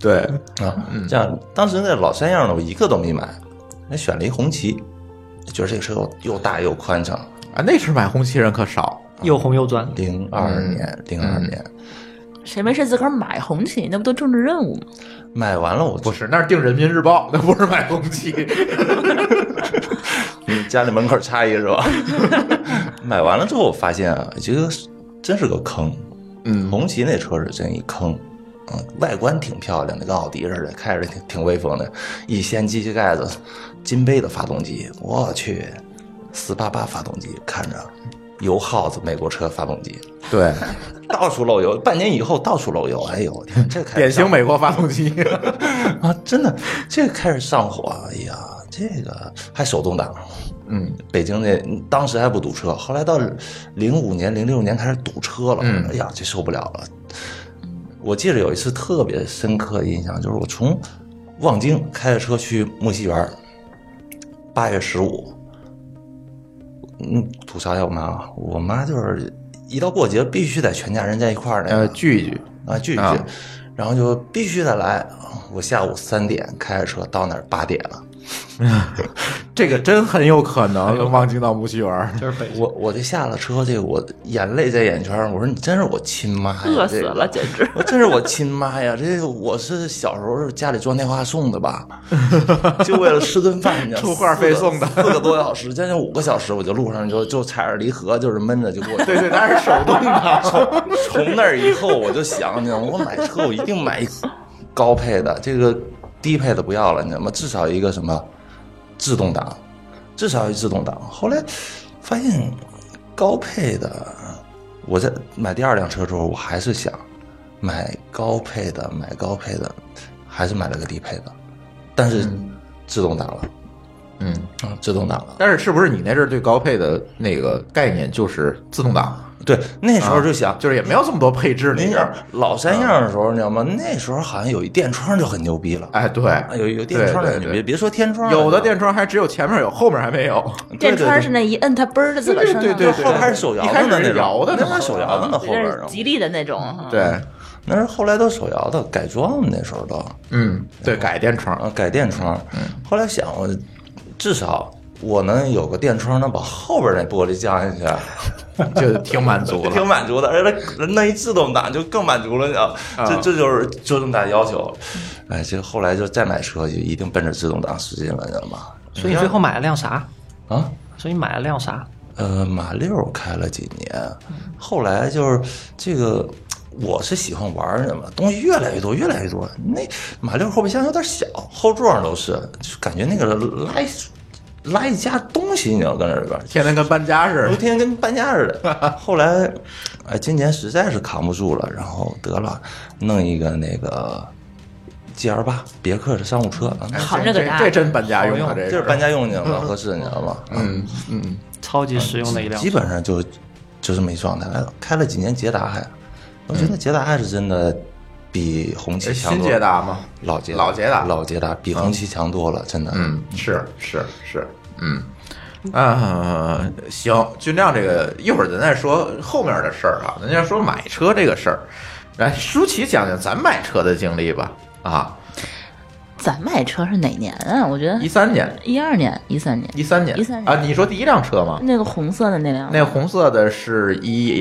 Speaker 3: 对，嗯
Speaker 5: 啊，这样当时那老三样呢，我一个都没买，那选了一红旗，觉得这个车又又大又宽敞，
Speaker 3: 啊，那时候买红旗人可少，
Speaker 4: 又红又专，
Speaker 5: 零二
Speaker 3: 嗯
Speaker 5: 年，零二年、
Speaker 6: 谁没事自个儿买红旗？那不都政治任务吗？
Speaker 5: 买完了我
Speaker 3: 不是那是订人民日报，那不是买红 旗。
Speaker 5: 你家里门口插一个是吧？ 买完了之后我发现啊，这个真是个坑。
Speaker 3: 嗯
Speaker 5: 红旗那车是真一坑，嗯，外观挺漂亮的，跟奥迪似的，开着挺挺威风的。一掀机器盖子，金杯的发动机，我去，四八八发动机，看着油耗子美国车发动机，
Speaker 3: 对，
Speaker 5: 到处漏油。半年以后到处漏油，哎呦，我天，这开始
Speaker 3: 典型
Speaker 5: 上
Speaker 3: 美国发动机。
Speaker 5: 啊，真的，这开始上火，哎呀，这个还手动挡，
Speaker 3: 嗯，
Speaker 5: 北京这当时还不堵车，后来到零五年、零六年开始堵车了，
Speaker 3: 嗯
Speaker 5: 哎呀，这受不了了。我记得有一次特别深刻的印象，就是我从望京开着车去木樨园，八月十五，嗯，吐槽一下我妈啊，我妈就是一到过节必须得全家人在一块儿那个、
Speaker 3: 呃，聚一聚，
Speaker 5: 啊，聚一聚，
Speaker 3: 啊
Speaker 5: 然后就必须得来。我下午三点开着车到那儿，八点了。
Speaker 3: 这个真很有可能望京到木樨园儿。
Speaker 4: 就是北
Speaker 5: 我我这下了车，这个我眼泪在眼圈儿。我说你真是我亲哎妈呀，
Speaker 6: 饿死
Speaker 5: 这个
Speaker 6: 了，简直！
Speaker 5: 我真是我亲妈呀！这个我是小时候是家里装电话送的吧，就为了吃顿饭，你 知道吗
Speaker 3: 充话费送的
Speaker 5: 四个四个多小时，将近五个小时，我就路上就就踩着离合，就是闷着就过去了。
Speaker 3: 对对，它是手动挡。
Speaker 5: 从那儿以后，我就想，你知道吗？我买车我一定买高配的，这个低配的不要了，你知道吗？至少一个什么自动挡，至少一自动挡。后来发现高配的，我在买第二辆车的时候，我还是想买高配的，买高配的，还是买了个低配的，但是自动挡了，
Speaker 3: 嗯，
Speaker 5: 嗯，自动挡了。
Speaker 3: 但是是不是你那阵儿对高配的那个概念就是自动挡？
Speaker 5: 对，那
Speaker 3: 啊
Speaker 5: 时候就想，
Speaker 3: 就是也没有这么多配置那
Speaker 5: 那
Speaker 3: 阵
Speaker 5: 样
Speaker 3: 儿。嗯
Speaker 5: 老三样的时候，你知道吗？那时候好像有一电窗就很牛逼了。
Speaker 3: 哎，对，
Speaker 5: 啊，有有电窗的，
Speaker 3: 对
Speaker 5: 你
Speaker 3: 对
Speaker 5: 别
Speaker 3: 对。
Speaker 5: 别说天窗了，
Speaker 3: 有的电窗还只有前面有，后面还没有。
Speaker 5: 对
Speaker 6: 电
Speaker 5: 对
Speaker 6: 川是那一摁，它嘣儿就自个儿
Speaker 3: 对
Speaker 6: 升
Speaker 3: 对
Speaker 6: 上了
Speaker 3: 对对
Speaker 5: 后边是手摇的呢，
Speaker 3: 一开始
Speaker 5: 那
Speaker 3: 是摇的啊呢
Speaker 5: 那是手摇的呢，后边
Speaker 6: 这
Speaker 5: 儿
Speaker 6: 是吉利的那种。哈，
Speaker 3: 对，
Speaker 5: 那是后来都手摇的，改装的那时候都
Speaker 3: 嗯，对，改电窗。
Speaker 5: 啊，改电窗。
Speaker 3: 嗯
Speaker 5: 后来想，我至少我能有个电窗，能把后边那玻璃降下去。啊
Speaker 3: 就挺满足
Speaker 5: 挺
Speaker 3: 了。
Speaker 5: 满足的，而且那一自动挡就更满足了，你知道，
Speaker 3: 啊
Speaker 5: 这这就是就这么大要求。哎，这后来就再买车就一定奔着自动挡使劲了，你知道吗？
Speaker 4: 所以你最后买了辆啥？
Speaker 5: 啊，
Speaker 4: 所以你买了辆啥？
Speaker 5: 呃，马六开了几年，后来就是这个，我是喜欢玩儿什么东西越来越多，越来越多。那马六后备箱有点小，后座上都是，就感觉那个拉一拉一家东西，你知道跟那里边儿，
Speaker 3: 天天跟搬家似
Speaker 5: 我
Speaker 3: 的。
Speaker 5: 天天跟搬家似的。后来，哎，今年实在是扛不住了，然后得了，弄一个那个 G L 八别克的商务车，啊
Speaker 6: 扛着个
Speaker 3: 这
Speaker 6: 大
Speaker 3: 这真搬家用
Speaker 5: 用
Speaker 3: 啊，这
Speaker 5: 就是搬 家用去了，合适，你知道吗？嗯，
Speaker 4: 超
Speaker 3: 嗯
Speaker 4: 级实用的一辆
Speaker 5: 基。本上就就这么一状态了。开了几年捷达还，我觉得捷达还是真的比红
Speaker 3: 是
Speaker 5: 旗强
Speaker 3: 嗯呃新
Speaker 5: 多
Speaker 3: 捷
Speaker 5: 了。
Speaker 3: 达吗？
Speaker 5: 老捷
Speaker 3: 老捷达
Speaker 5: 老捷达比红旗强多了，真的。
Speaker 3: 嗯，是是是，嗯。啊、行，军亮这个一会儿咱再说后面的事儿啊，咱先说买车这个事儿。来，舒淇讲讲咱买车的经历吧。啊，
Speaker 6: 咱买车是哪年啊？我觉得
Speaker 3: 一三年，
Speaker 6: 一二年、一三年，
Speaker 3: 一三年，
Speaker 6: 13年
Speaker 3: 啊，你说第一辆车吗？
Speaker 6: 那个红色的那辆，
Speaker 3: 那红色的是一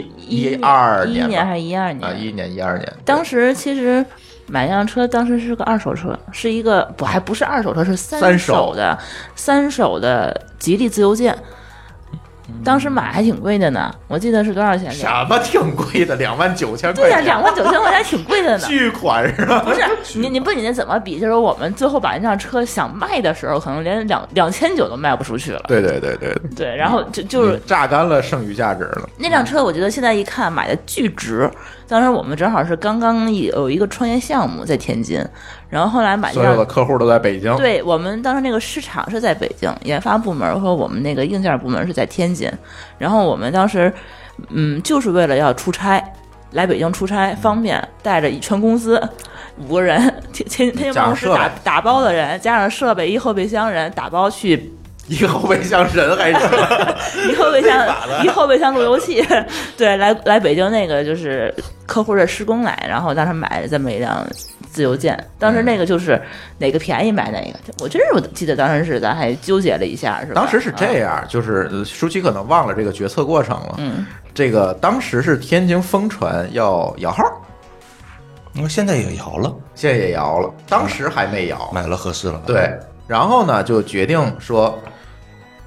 Speaker 6: 啊
Speaker 3: 二
Speaker 6: 一一
Speaker 3: 年吧
Speaker 6: 年还是一二年
Speaker 3: 啊，一一年一二年，
Speaker 6: 当时其实买辆车，当时是个二手车，是一个不还不是二手车，是
Speaker 3: 三
Speaker 6: 三
Speaker 3: 手
Speaker 6: 手的三手的吉利自由舰。当时买还挺贵的呢，我记得是多少钱？
Speaker 3: 对什么挺贵的，两万九千
Speaker 6: 对呀、
Speaker 3: 块钱，
Speaker 6: 两万九千块钱挺贵的 呢。
Speaker 3: 巨款是吧？
Speaker 6: 不是你，你不，你那怎么比？就是我们最后把那辆车想卖的时候，可能连两两千九都卖不出去了。
Speaker 3: 对对对对，
Speaker 6: 对，然后就就是
Speaker 3: 榨干了剩余价值了。
Speaker 6: 那辆车，我觉得现在一看买的巨值。当时我们正好是刚刚有一个创业项目在天津，然后后来买那
Speaker 3: 所有
Speaker 6: 辆
Speaker 3: 的客户都在北京，
Speaker 6: 对我们当时那个市场是在北京，研发部门和我们那个硬件部门是在天津。然后我们当时，嗯，就是为了要出差，来北京出差
Speaker 3: 嗯
Speaker 6: 方便，带着全公司五个人，天天天津办公室
Speaker 3: 加上
Speaker 6: 打
Speaker 3: 设备
Speaker 6: 打包的人，加上设备一后备箱人打包去
Speaker 3: 一个后备箱人还是
Speaker 6: 一后备箱，一后备箱路由器， 对，来来北京那个就是客户的施工来，然后当时买了这么一辆自由舰，当时那个就是哪个便宜买哪个，我真是我记得当时是咱还纠结了一下，是吧？
Speaker 3: 当时是这
Speaker 6: 啊，
Speaker 3: 样，就是呃舒淇可能忘了这个决策过程了。
Speaker 6: 嗯，
Speaker 3: 这个当时是天津疯传要摇号，
Speaker 5: 因为现在也摇了，
Speaker 3: 现在也摇了，当时还没摇。
Speaker 5: 买了合适了。
Speaker 3: 对，，然后呢就决定说，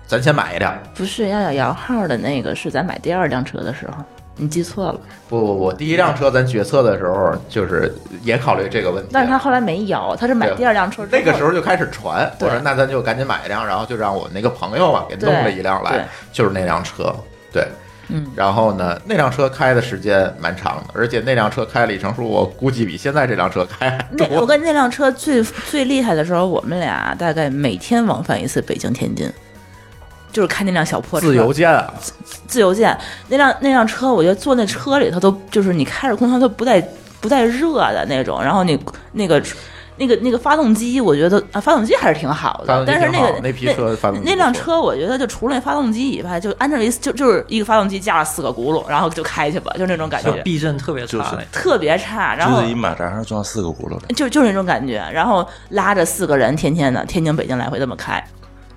Speaker 3: 咱先买一辆。
Speaker 6: 不是要有摇号的那个是咱买第二辆车的时候，你记错了，
Speaker 3: 不不不，第一辆车咱决策的时候就是也考虑这个问题了，
Speaker 6: 但是他后来没摇，他是买
Speaker 3: 对
Speaker 6: 第二辆车之
Speaker 3: 那
Speaker 6: 后
Speaker 3: 个时候就开始传，我
Speaker 6: 对
Speaker 3: 说那咱就赶紧买一辆，然后就让我那个朋友嘛给弄
Speaker 6: 对
Speaker 3: 了一辆
Speaker 6: 对
Speaker 3: 来，就是那辆车，对，
Speaker 6: 嗯，
Speaker 3: 然后呢，那辆车开的时间蛮长的，而且那辆车开里程数我估计比现在这辆车开还
Speaker 6: 那我
Speaker 3: 多，
Speaker 6: 跟那辆车最最厉害的时候，我们俩大概每天往返一次北京天津，就是开那辆小破车，
Speaker 3: 自由舰啊，
Speaker 6: 自由舰那辆那辆车，我觉得坐那车里头都就是你开着空调都不带不带热的那种，然后你那个那个那个发动机，我觉得啊发动机还是挺好
Speaker 3: 发
Speaker 6: 的，
Speaker 3: 动机
Speaker 6: 但是
Speaker 3: 挺
Speaker 6: 那
Speaker 3: 好
Speaker 6: 个
Speaker 3: 那批车发动机
Speaker 6: 那
Speaker 3: 不
Speaker 6: 辆
Speaker 3: 错
Speaker 6: 车我觉得就除了那发动机以外，就安这一就就是一个发动机架了四个轱辘，然后就开去吧，就那种感
Speaker 4: 就
Speaker 6: 觉。
Speaker 4: 避震特别差
Speaker 5: 就是
Speaker 4: 那
Speaker 6: 特别差，然
Speaker 5: 就
Speaker 6: 后
Speaker 5: 是一马扎上装四个轱辘的。
Speaker 6: 就就是那种感觉，然后拉着四个人，天天的天津北京来回这么开，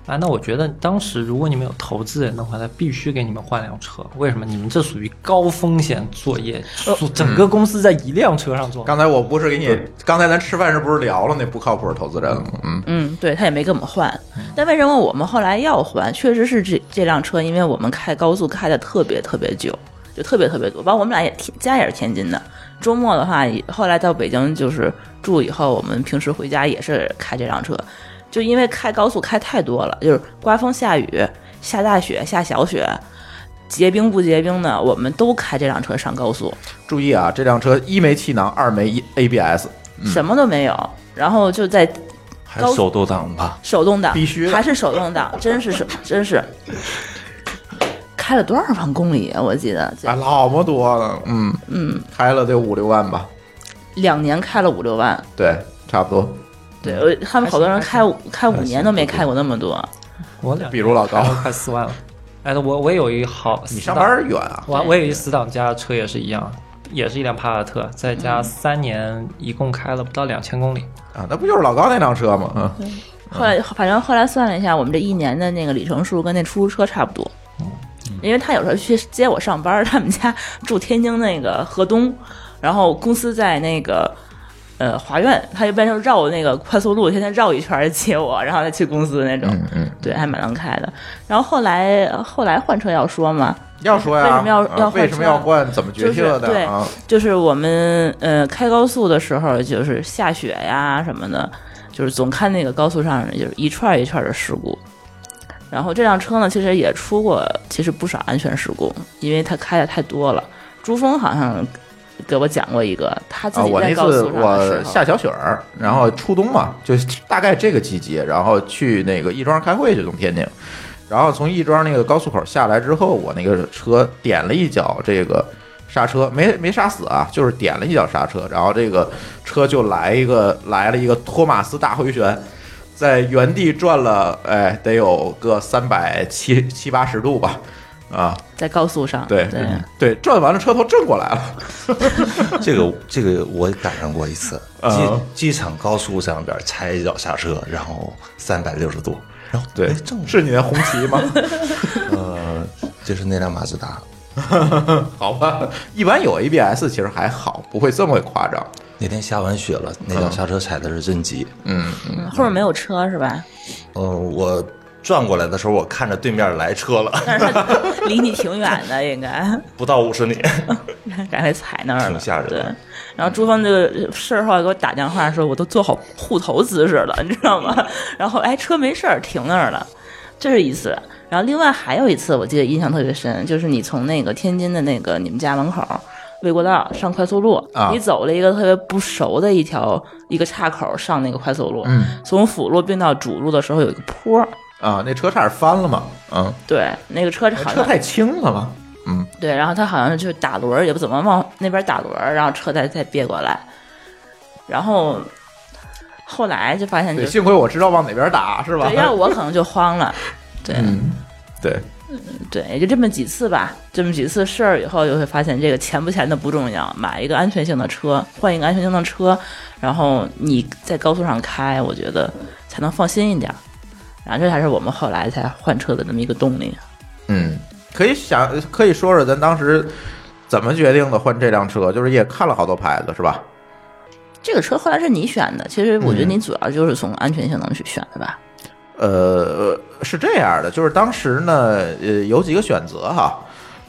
Speaker 4: 啊，那我觉得当时如果你们有投资人的话，他必须给你们换辆车。为什么？你们这属于高风险作业，
Speaker 3: 呃
Speaker 4: 做整个公司在一辆车上做。
Speaker 3: 刚才我不是给你，刚才咱吃饭时不是聊了那不靠谱投资人了吗？嗯，
Speaker 6: 嗯，对他也没给我们换，但为什么我们后来要换？确实是这这辆车，因为我们开高速开的特别特别久，就特别特别多。包括我们俩也天家也是天津的，周末的话，也后来到北京就是住以后，我们平时回家也是开这辆车，就因为开高速开太多了，就是刮风下雨、下大雪、下小雪，结冰不结冰的，我们都开这辆车上高速。
Speaker 3: 注意啊，这辆车一没气囊，二 E，没 ABS，
Speaker 6: 什么都没有，然后就在
Speaker 5: 还
Speaker 6: 高
Speaker 5: 手动挡吧，
Speaker 6: 手动挡，
Speaker 3: 必须的
Speaker 6: 还是手动 挡，真是手，真是开了多少万公里啊？我记得
Speaker 3: 啊，老么多了，嗯嗯，开了得五六万吧，
Speaker 6: 两年开了五六万，
Speaker 3: 对，差不多，
Speaker 6: 对
Speaker 3: 嗯
Speaker 6: 我他们好多人开五开五年都没开过那么多，
Speaker 4: 我两
Speaker 3: 比如老高
Speaker 4: 开，快四万了。哎，我我有一好，
Speaker 3: 你上班儿远啊，
Speaker 4: 我我有一死党家的车也是一样，也是一辆帕萨特，在
Speaker 3: 嗯
Speaker 4: 家三年一共开了不到两千公里。
Speaker 3: 啊，那不就是老高那辆车吗？嗯。
Speaker 6: 后来反正后来算了一下，我们这一年的那个里程数跟那出租车差不多。
Speaker 3: 嗯
Speaker 6: 因为他有时候去接我上班儿，他们家住天津那个河东，然后公司在那个呃华苑，他一般就绕那个快速路，天天绕一圈儿接我，然后再去公司那种。
Speaker 3: 嗯嗯，
Speaker 6: 对，还蛮能开的。然后后来呃后来换车要说嘛，
Speaker 3: 要说呀，
Speaker 6: 为什么要
Speaker 3: 啊
Speaker 6: 要换
Speaker 3: 为什么
Speaker 6: 车
Speaker 3: 要换？怎么决
Speaker 6: 就是
Speaker 3: 定的、
Speaker 6: 对
Speaker 3: 啊？
Speaker 6: 就是我们呃开高速的时候，就是下雪呀什么的，就是总看那个高速上就是一串一串的事故。然后这辆车呢，其实也出过其实不少安全事故，因为它开的太多了。朱峰好像给我讲过一个，他自
Speaker 3: 啊，
Speaker 6: 己
Speaker 3: 我
Speaker 6: 在
Speaker 3: 那
Speaker 6: 高
Speaker 3: 次
Speaker 6: 速上的时
Speaker 3: 我
Speaker 6: 候，
Speaker 3: 下小雪儿，然后初冬嘛，就大概这个季节，然后去那个亦庄开会去，从天津，然后从亦庄那个高速口下来之后，我那个车点了一脚这个刹车，没没刹死啊，就是点了一脚刹车，然后这个车就来一个来了一个托马斯大回旋。在原地转了，哎，得有个三百七七八十度吧，啊，
Speaker 6: 在高速上，
Speaker 3: 对
Speaker 6: 对，
Speaker 3: 对，转完了车头正过来了，
Speaker 5: 这个这个我赶上过一次，
Speaker 3: 啊
Speaker 5: 机机场高速上边踩一脚刹车，然后三百六十度，然后
Speaker 3: 对
Speaker 5: 哎，正好
Speaker 3: 是你的红旗吗？
Speaker 5: 呃，就是那辆马自达，
Speaker 3: 好吧，一般有 ABS 其实还好，不会这么夸张。
Speaker 5: 那天下完雪了，那脚刹车踩的是真急。
Speaker 3: 嗯，
Speaker 6: 嗯后面没有车 是吧？
Speaker 5: 嗯、我转过来的时候，我看着对面来车了，
Speaker 6: 但是它离你挺远的，应该。
Speaker 5: 不到五十 米。
Speaker 6: 赶快踩那儿了，
Speaker 5: 挺吓人的
Speaker 6: 对，然后朱峰这个事儿后来给我打电话说，我都做好护头姿势了，你知道吗？ 然后哎，车没事儿，停那儿了，这是一次。然后另外还有一次，我记得印象特别深，就是你从那个天津的那个你们家门口。卫国道上快速路，
Speaker 3: 啊
Speaker 6: 你走了一个特别不熟的一条一个岔口上那个快速路，
Speaker 3: 嗯
Speaker 6: 从辅路变到主路的时候有一个坡儿，
Speaker 3: 啊，那车差点翻了嘛，嗯，
Speaker 6: 对，那个车好
Speaker 5: 哦
Speaker 6: 像
Speaker 3: 车太轻了嘛，嗯，
Speaker 6: 对，然后他好像就是打轮儿，也不怎么往那边打轮儿，然后车再再别过来，然后后来就发现就
Speaker 3: 对，幸亏我知道往哪边打，是吧
Speaker 6: 哎对，？要我可能就慌了，对、
Speaker 3: 嗯，对，
Speaker 6: 对，也就这么几次吧，这么几次事儿以后就会发现这个钱不钱的不重要，买一个安全性的车，换一个安全性的车，然后你在高速上开，我觉得才能放心一点儿，然后这才是我们后来才换车的那么一个动力。
Speaker 3: 嗯，可以想，可以说说咱当时怎么决定的换这辆车，就是也看了好多牌子，是吧？
Speaker 6: 这个车后来是你选的，其实我觉得
Speaker 3: 嗯
Speaker 6: 你主要就是从安全性能去选的吧。
Speaker 3: 呃，是这样的，就是当时呢，呃，有几个选择哈，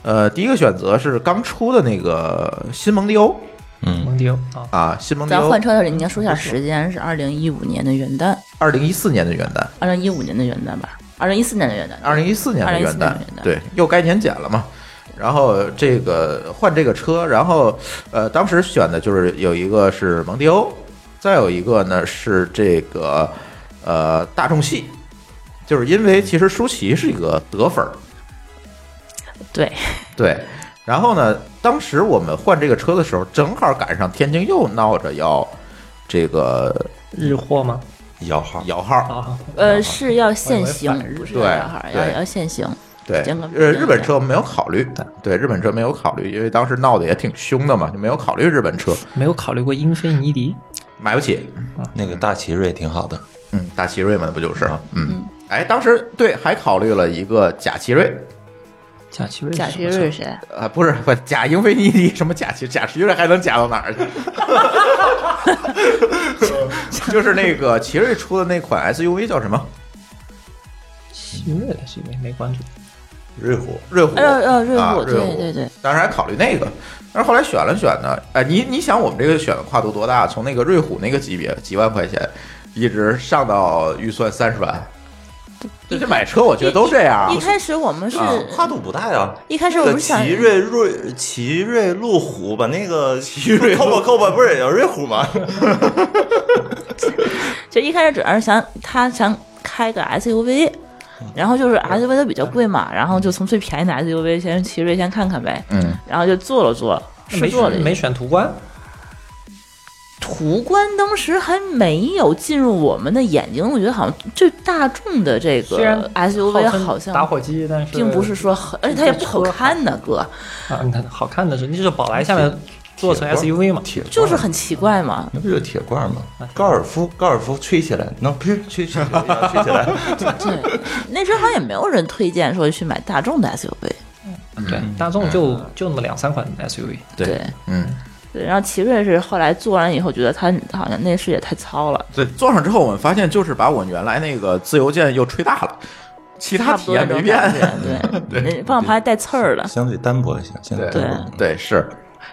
Speaker 3: 呃，第一个选择是刚出的那个新蒙迪欧
Speaker 5: 嗯，
Speaker 4: 蒙迪欧啊，
Speaker 3: 啊，新蒙迪
Speaker 6: 咱
Speaker 3: 欧
Speaker 6: 换，车的时候，你要说一下时间，是二零一五年的元旦，
Speaker 3: 二零一四年的元旦。
Speaker 6: 二零一五年的元旦吧，二零一四年的元旦，
Speaker 3: 二零一四年的元
Speaker 6: 2014年
Speaker 3: 旦
Speaker 6: 的元旦，
Speaker 3: 对，又该年检了嘛。然后这个换这个车，然后呃，当时选的就是有一个是蒙迪欧，再有一个呢是这个呃大众系，就是因为其实舒淇是一个德粉儿，
Speaker 6: 对，
Speaker 3: 对。然后呢，当时我们换这个车的时候，正好赶上天津又闹着要这个
Speaker 4: 日货吗？
Speaker 5: 摇号，
Speaker 3: 摇号，
Speaker 4: 啊，
Speaker 6: 呃，是要限行
Speaker 4: 我以为反，日
Speaker 6: 不
Speaker 3: 哎
Speaker 6: 是
Speaker 3: 对
Speaker 6: 摇号，要
Speaker 3: 对
Speaker 6: 要限行，
Speaker 3: 对
Speaker 6: 间隔，
Speaker 3: 呃，日本车没有考虑，对，日本车没有考虑，因为当时闹得也挺凶的嘛，就没有考虑日本车，
Speaker 4: 没有考虑过英菲尼迪。
Speaker 3: 买不起，
Speaker 5: 那个大奇瑞挺好的，
Speaker 3: 嗯，大奇瑞嘛，那不就是，嗯，哎，当时对还考虑了一个假奇瑞，
Speaker 4: 贾奇瑞是什
Speaker 6: 贾
Speaker 4: 么车，
Speaker 6: 旭瑞是谁？
Speaker 3: 啊，不是不假英菲尼迪，什么假奇假奇瑞还能假到哪儿去？ 就是那个奇瑞出的那款 SUV 叫什么？
Speaker 4: 奇瑞的是因为没关注。
Speaker 5: 瑞虎。
Speaker 3: 瑞虎，
Speaker 6: 呃呃，瑞
Speaker 3: 啊
Speaker 6: 虎，
Speaker 3: 瑞虎
Speaker 6: 对对对，
Speaker 3: 当时还考虑那个，但是后来选了选呢，哎，你你想我们这个选的跨度多大？从那个瑞虎那个级别几万块钱，一直上到预算三十万，这这买车我觉得都这样啊
Speaker 6: 一。开始我们是，
Speaker 5: 跨度不大呀。
Speaker 6: 一开始我们想
Speaker 5: 奇瑞瑞奇瑞路虎把那个奇瑞扣吧扣吧，不是也叫瑞虎吗？
Speaker 6: 就一开始主要是想他想开个 SUV。
Speaker 3: 嗯
Speaker 6: 然后就是 SUV 都比较贵嘛，然后就从最便宜的 SUV 先奇瑞先看看呗，
Speaker 3: 嗯，
Speaker 6: 然后就坐了坐，
Speaker 4: 没
Speaker 6: 试坐了
Speaker 4: 选
Speaker 6: 一下
Speaker 4: 没选途观，
Speaker 6: 途观当时还没有进入我们的眼睛，我觉得好像就大众的这
Speaker 4: 虽然
Speaker 6: 个 SUV
Speaker 4: 称
Speaker 6: 好
Speaker 4: 打
Speaker 6: 像
Speaker 4: 火机，但是
Speaker 6: 并不是说很，而嗯且它也不好看呢，哥，
Speaker 4: 啊，那好看的是，那就是宝来下面做成 SUV 嘛，
Speaker 5: 铁罐
Speaker 6: 就是很奇怪嘛。
Speaker 5: 那不就是铁罐吗？高尔夫，高尔夫吹起来能 吹吹吹起来，吹起来。
Speaker 6: 对，嗯那时候好像也没有人推荐说去买大众的 SUV。
Speaker 4: 嗯对，大众就就那么两三款 SUV，
Speaker 6: 对，
Speaker 3: 嗯，
Speaker 6: 对，然后奇瑞是后来做完以后，觉得它好像内饰也太糙了，
Speaker 3: 对，坐上之后我们发现就是把我原来那个自由舰又吹大了，其他
Speaker 6: 差不
Speaker 3: 体
Speaker 6: 多那
Speaker 3: 验没
Speaker 6: 种
Speaker 3: 变
Speaker 6: 感。觉。 对，那方向盘还带刺儿了。
Speaker 5: 相对单薄一些。相对单薄
Speaker 3: 对，是，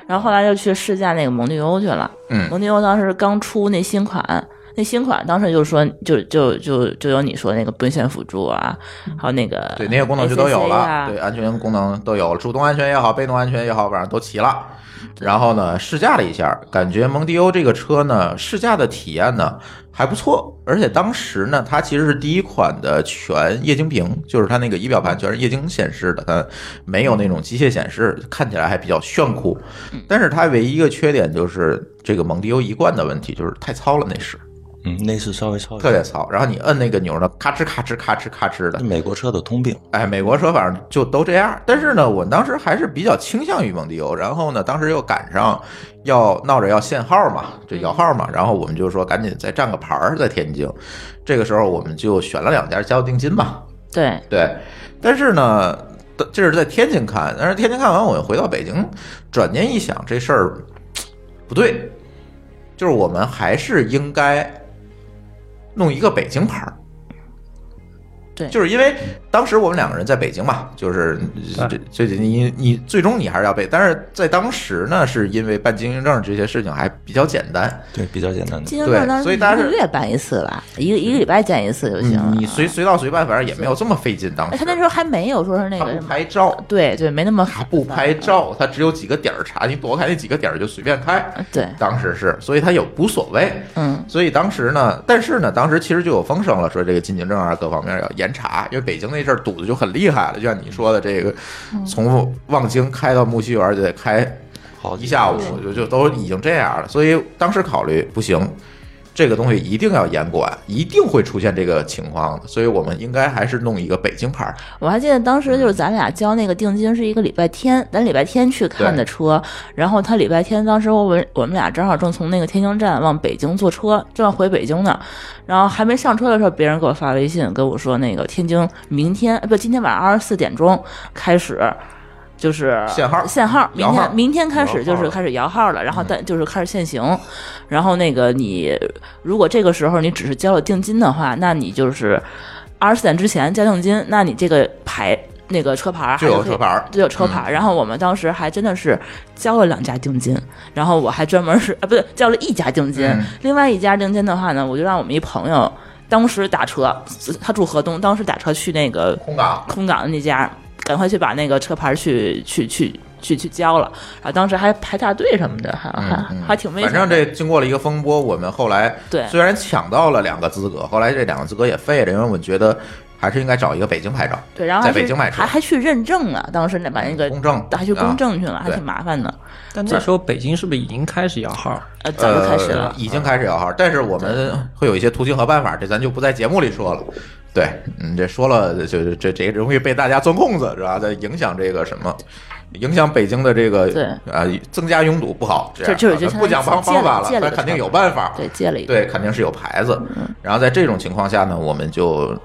Speaker 6: 然后后来就去试驾那个蒙迪欧去了。
Speaker 3: 嗯
Speaker 6: 蒙迪欧当时刚出那新款，那新款当时就说就就就就有你说那个奔现辅助啊，还有那个
Speaker 3: 对那些功能就都有
Speaker 6: ACC
Speaker 3: 了
Speaker 6: 啊，
Speaker 3: 对，安全功能都有了，主动安全也好，被动安全也好，反正都齐了。然后呢，试驾了一下，感觉蒙迪欧这个车呢，试驾的体验呢还不错，而且当时呢，它其实是第一款的全液晶屏，就是它那个仪表盘全是液晶显示的，它没有那种机械显示，看起来还比较炫酷。但是它唯一一个缺点就是这个蒙迪欧一贯的问题，就是太糙了内饰，
Speaker 5: 嗯，内饰稍微超一
Speaker 3: 特别
Speaker 5: 点。
Speaker 3: 糙。然后你摁那个钮呢，咔哧咔哧咔哧咔哧的
Speaker 5: 这，美国车的通病，
Speaker 3: 哎，美国车反正就都这样。但是呢，我当时还是比较倾向于蒙迪欧。然后呢，当时又赶上要闹着要限号嘛，就摇号嘛。然后我们就说赶紧再占个牌儿在天津。这个时候我们就选了两家交定金吧。
Speaker 6: 对
Speaker 3: 对，但是呢，这是在天津看，但是天津看完，我回到北京，转念一想，这事儿不对，就是我们还是应该弄一个北京牌儿。
Speaker 6: 对
Speaker 3: 就是因为当时我们两个人在北京嘛，就是这这这你你最终你还是要背，但是在当时呢，是因为办经营证这些事情还比较简单，
Speaker 5: 对，比较简单的。
Speaker 6: 金
Speaker 3: 对
Speaker 6: 刚当
Speaker 3: 所
Speaker 6: 时
Speaker 3: 以
Speaker 6: 一
Speaker 3: 大家
Speaker 6: 个
Speaker 3: 是
Speaker 6: 月办一次吧，一个一个礼拜见一次就行了。
Speaker 3: 嗯你随随到随办，反正也没有这么费劲。当
Speaker 6: 哎
Speaker 3: 时
Speaker 6: 他那时候还没有说是那
Speaker 3: 他
Speaker 6: 个
Speaker 3: 不
Speaker 6: 什么，
Speaker 3: 拍照，
Speaker 6: 对对，没那么
Speaker 3: 他不拍照，他只有几个点儿查，你躲开那几个点儿就随便开。
Speaker 6: 对，
Speaker 3: 当时是，所以他有无所谓。
Speaker 6: 嗯，
Speaker 3: 所以当时呢，但是呢，当时其实就有风声了，说这个进京证啊各方面要严查，因为北京那阵儿堵的就很厉害了，就像你说的，这个
Speaker 6: 嗯
Speaker 3: 从望京开到木樨园就得开
Speaker 5: 好
Speaker 3: 一下午，就就都已经这样了。所以当时考虑不行，这个东西一定要严管，一定会出现这个情况的，所以我们应该还是弄一个北京牌儿。
Speaker 6: 我还记得当时就是咱俩交那个定金是一个礼拜天，咱礼拜天去看的车，然后他礼拜天当时我们我们俩正好正从那个天津站往北京坐车，正要回北京呢，然后还没上车的时候，别人给我发微信跟我说那个天津明天呃不今天晚上二十四点钟开始。就是
Speaker 3: 限号
Speaker 6: 限号，明
Speaker 3: 摇号嗯
Speaker 6: 天明天开始就
Speaker 5: 摇号
Speaker 6: 是
Speaker 5: 了
Speaker 6: 开始摇号了，然后但就是开始限行，然后那个你如果这个时候你只是交了定金的话，那你就是二十四点之前交定金，那你这个牌那个车牌儿还
Speaker 3: 就是有
Speaker 6: 可以
Speaker 3: 车牌儿嗯
Speaker 6: 就有车牌儿。然后我们当时还真的是交了两家定金，然后我还专门是啊， 不对，交了一家定金，
Speaker 3: 嗯
Speaker 6: 另外一家定金的话呢，我就让我们一朋友当时打车，他住河东，当时打车去那个
Speaker 3: 空港，
Speaker 6: 空港的那家，赶快去把那个车牌去去去去去交了。然后当时还排大队什么的，还、还还挺危
Speaker 3: 嗯
Speaker 6: 险
Speaker 3: 反
Speaker 6: 的。
Speaker 3: 正这经过了一个风波，我们后来
Speaker 6: 对
Speaker 3: 虽然抢到了两个资格，后来这两个资格也废了，因为我觉得还是应该找一个北京牌照，
Speaker 6: 对，然后
Speaker 3: 在
Speaker 6: 还是
Speaker 3: 北京买车
Speaker 6: 还还去认证了，当时那把那个
Speaker 3: 公证
Speaker 6: 还去公
Speaker 3: 啊
Speaker 6: 证去了，还
Speaker 3: 对
Speaker 6: 挺麻烦的。
Speaker 4: 但那时候北京是不是已经开始摇号？
Speaker 6: 呃，早就开始了
Speaker 3: 呃，，已经开始摇号，但是我们会有一些途径和办法，这咱就不在节目里说了。对，嗯，这说了就是这这容易被大家钻空子，是吧？在影响这个什么，影响北京的这个
Speaker 6: 对
Speaker 3: 啊，增加拥堵不好，这样
Speaker 6: 就就是
Speaker 3: 啊不讲方
Speaker 6: 就
Speaker 3: 方
Speaker 6: 相当于
Speaker 3: 法了
Speaker 6: 借，了
Speaker 3: 但
Speaker 6: 个
Speaker 3: 肯定
Speaker 6: 车
Speaker 3: 有办法。
Speaker 6: 对，借了一个。
Speaker 3: 对，肯定是有牌子。
Speaker 6: 嗯
Speaker 3: 然后在这种情况下呢，我们就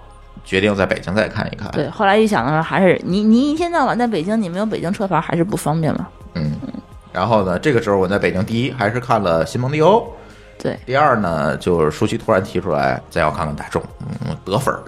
Speaker 3: 决定在北京再看一看。
Speaker 6: 对，后来一想呢，还是你你一天到晚在北京，你没有北京车牌还是不方便嘛？
Speaker 3: 嗯，然后呢，这个时候我在北京，第一还是看了新蒙迪欧，
Speaker 6: 对，
Speaker 3: 第二呢就是舒淇突然提出来再要看看大众，嗯，得分儿。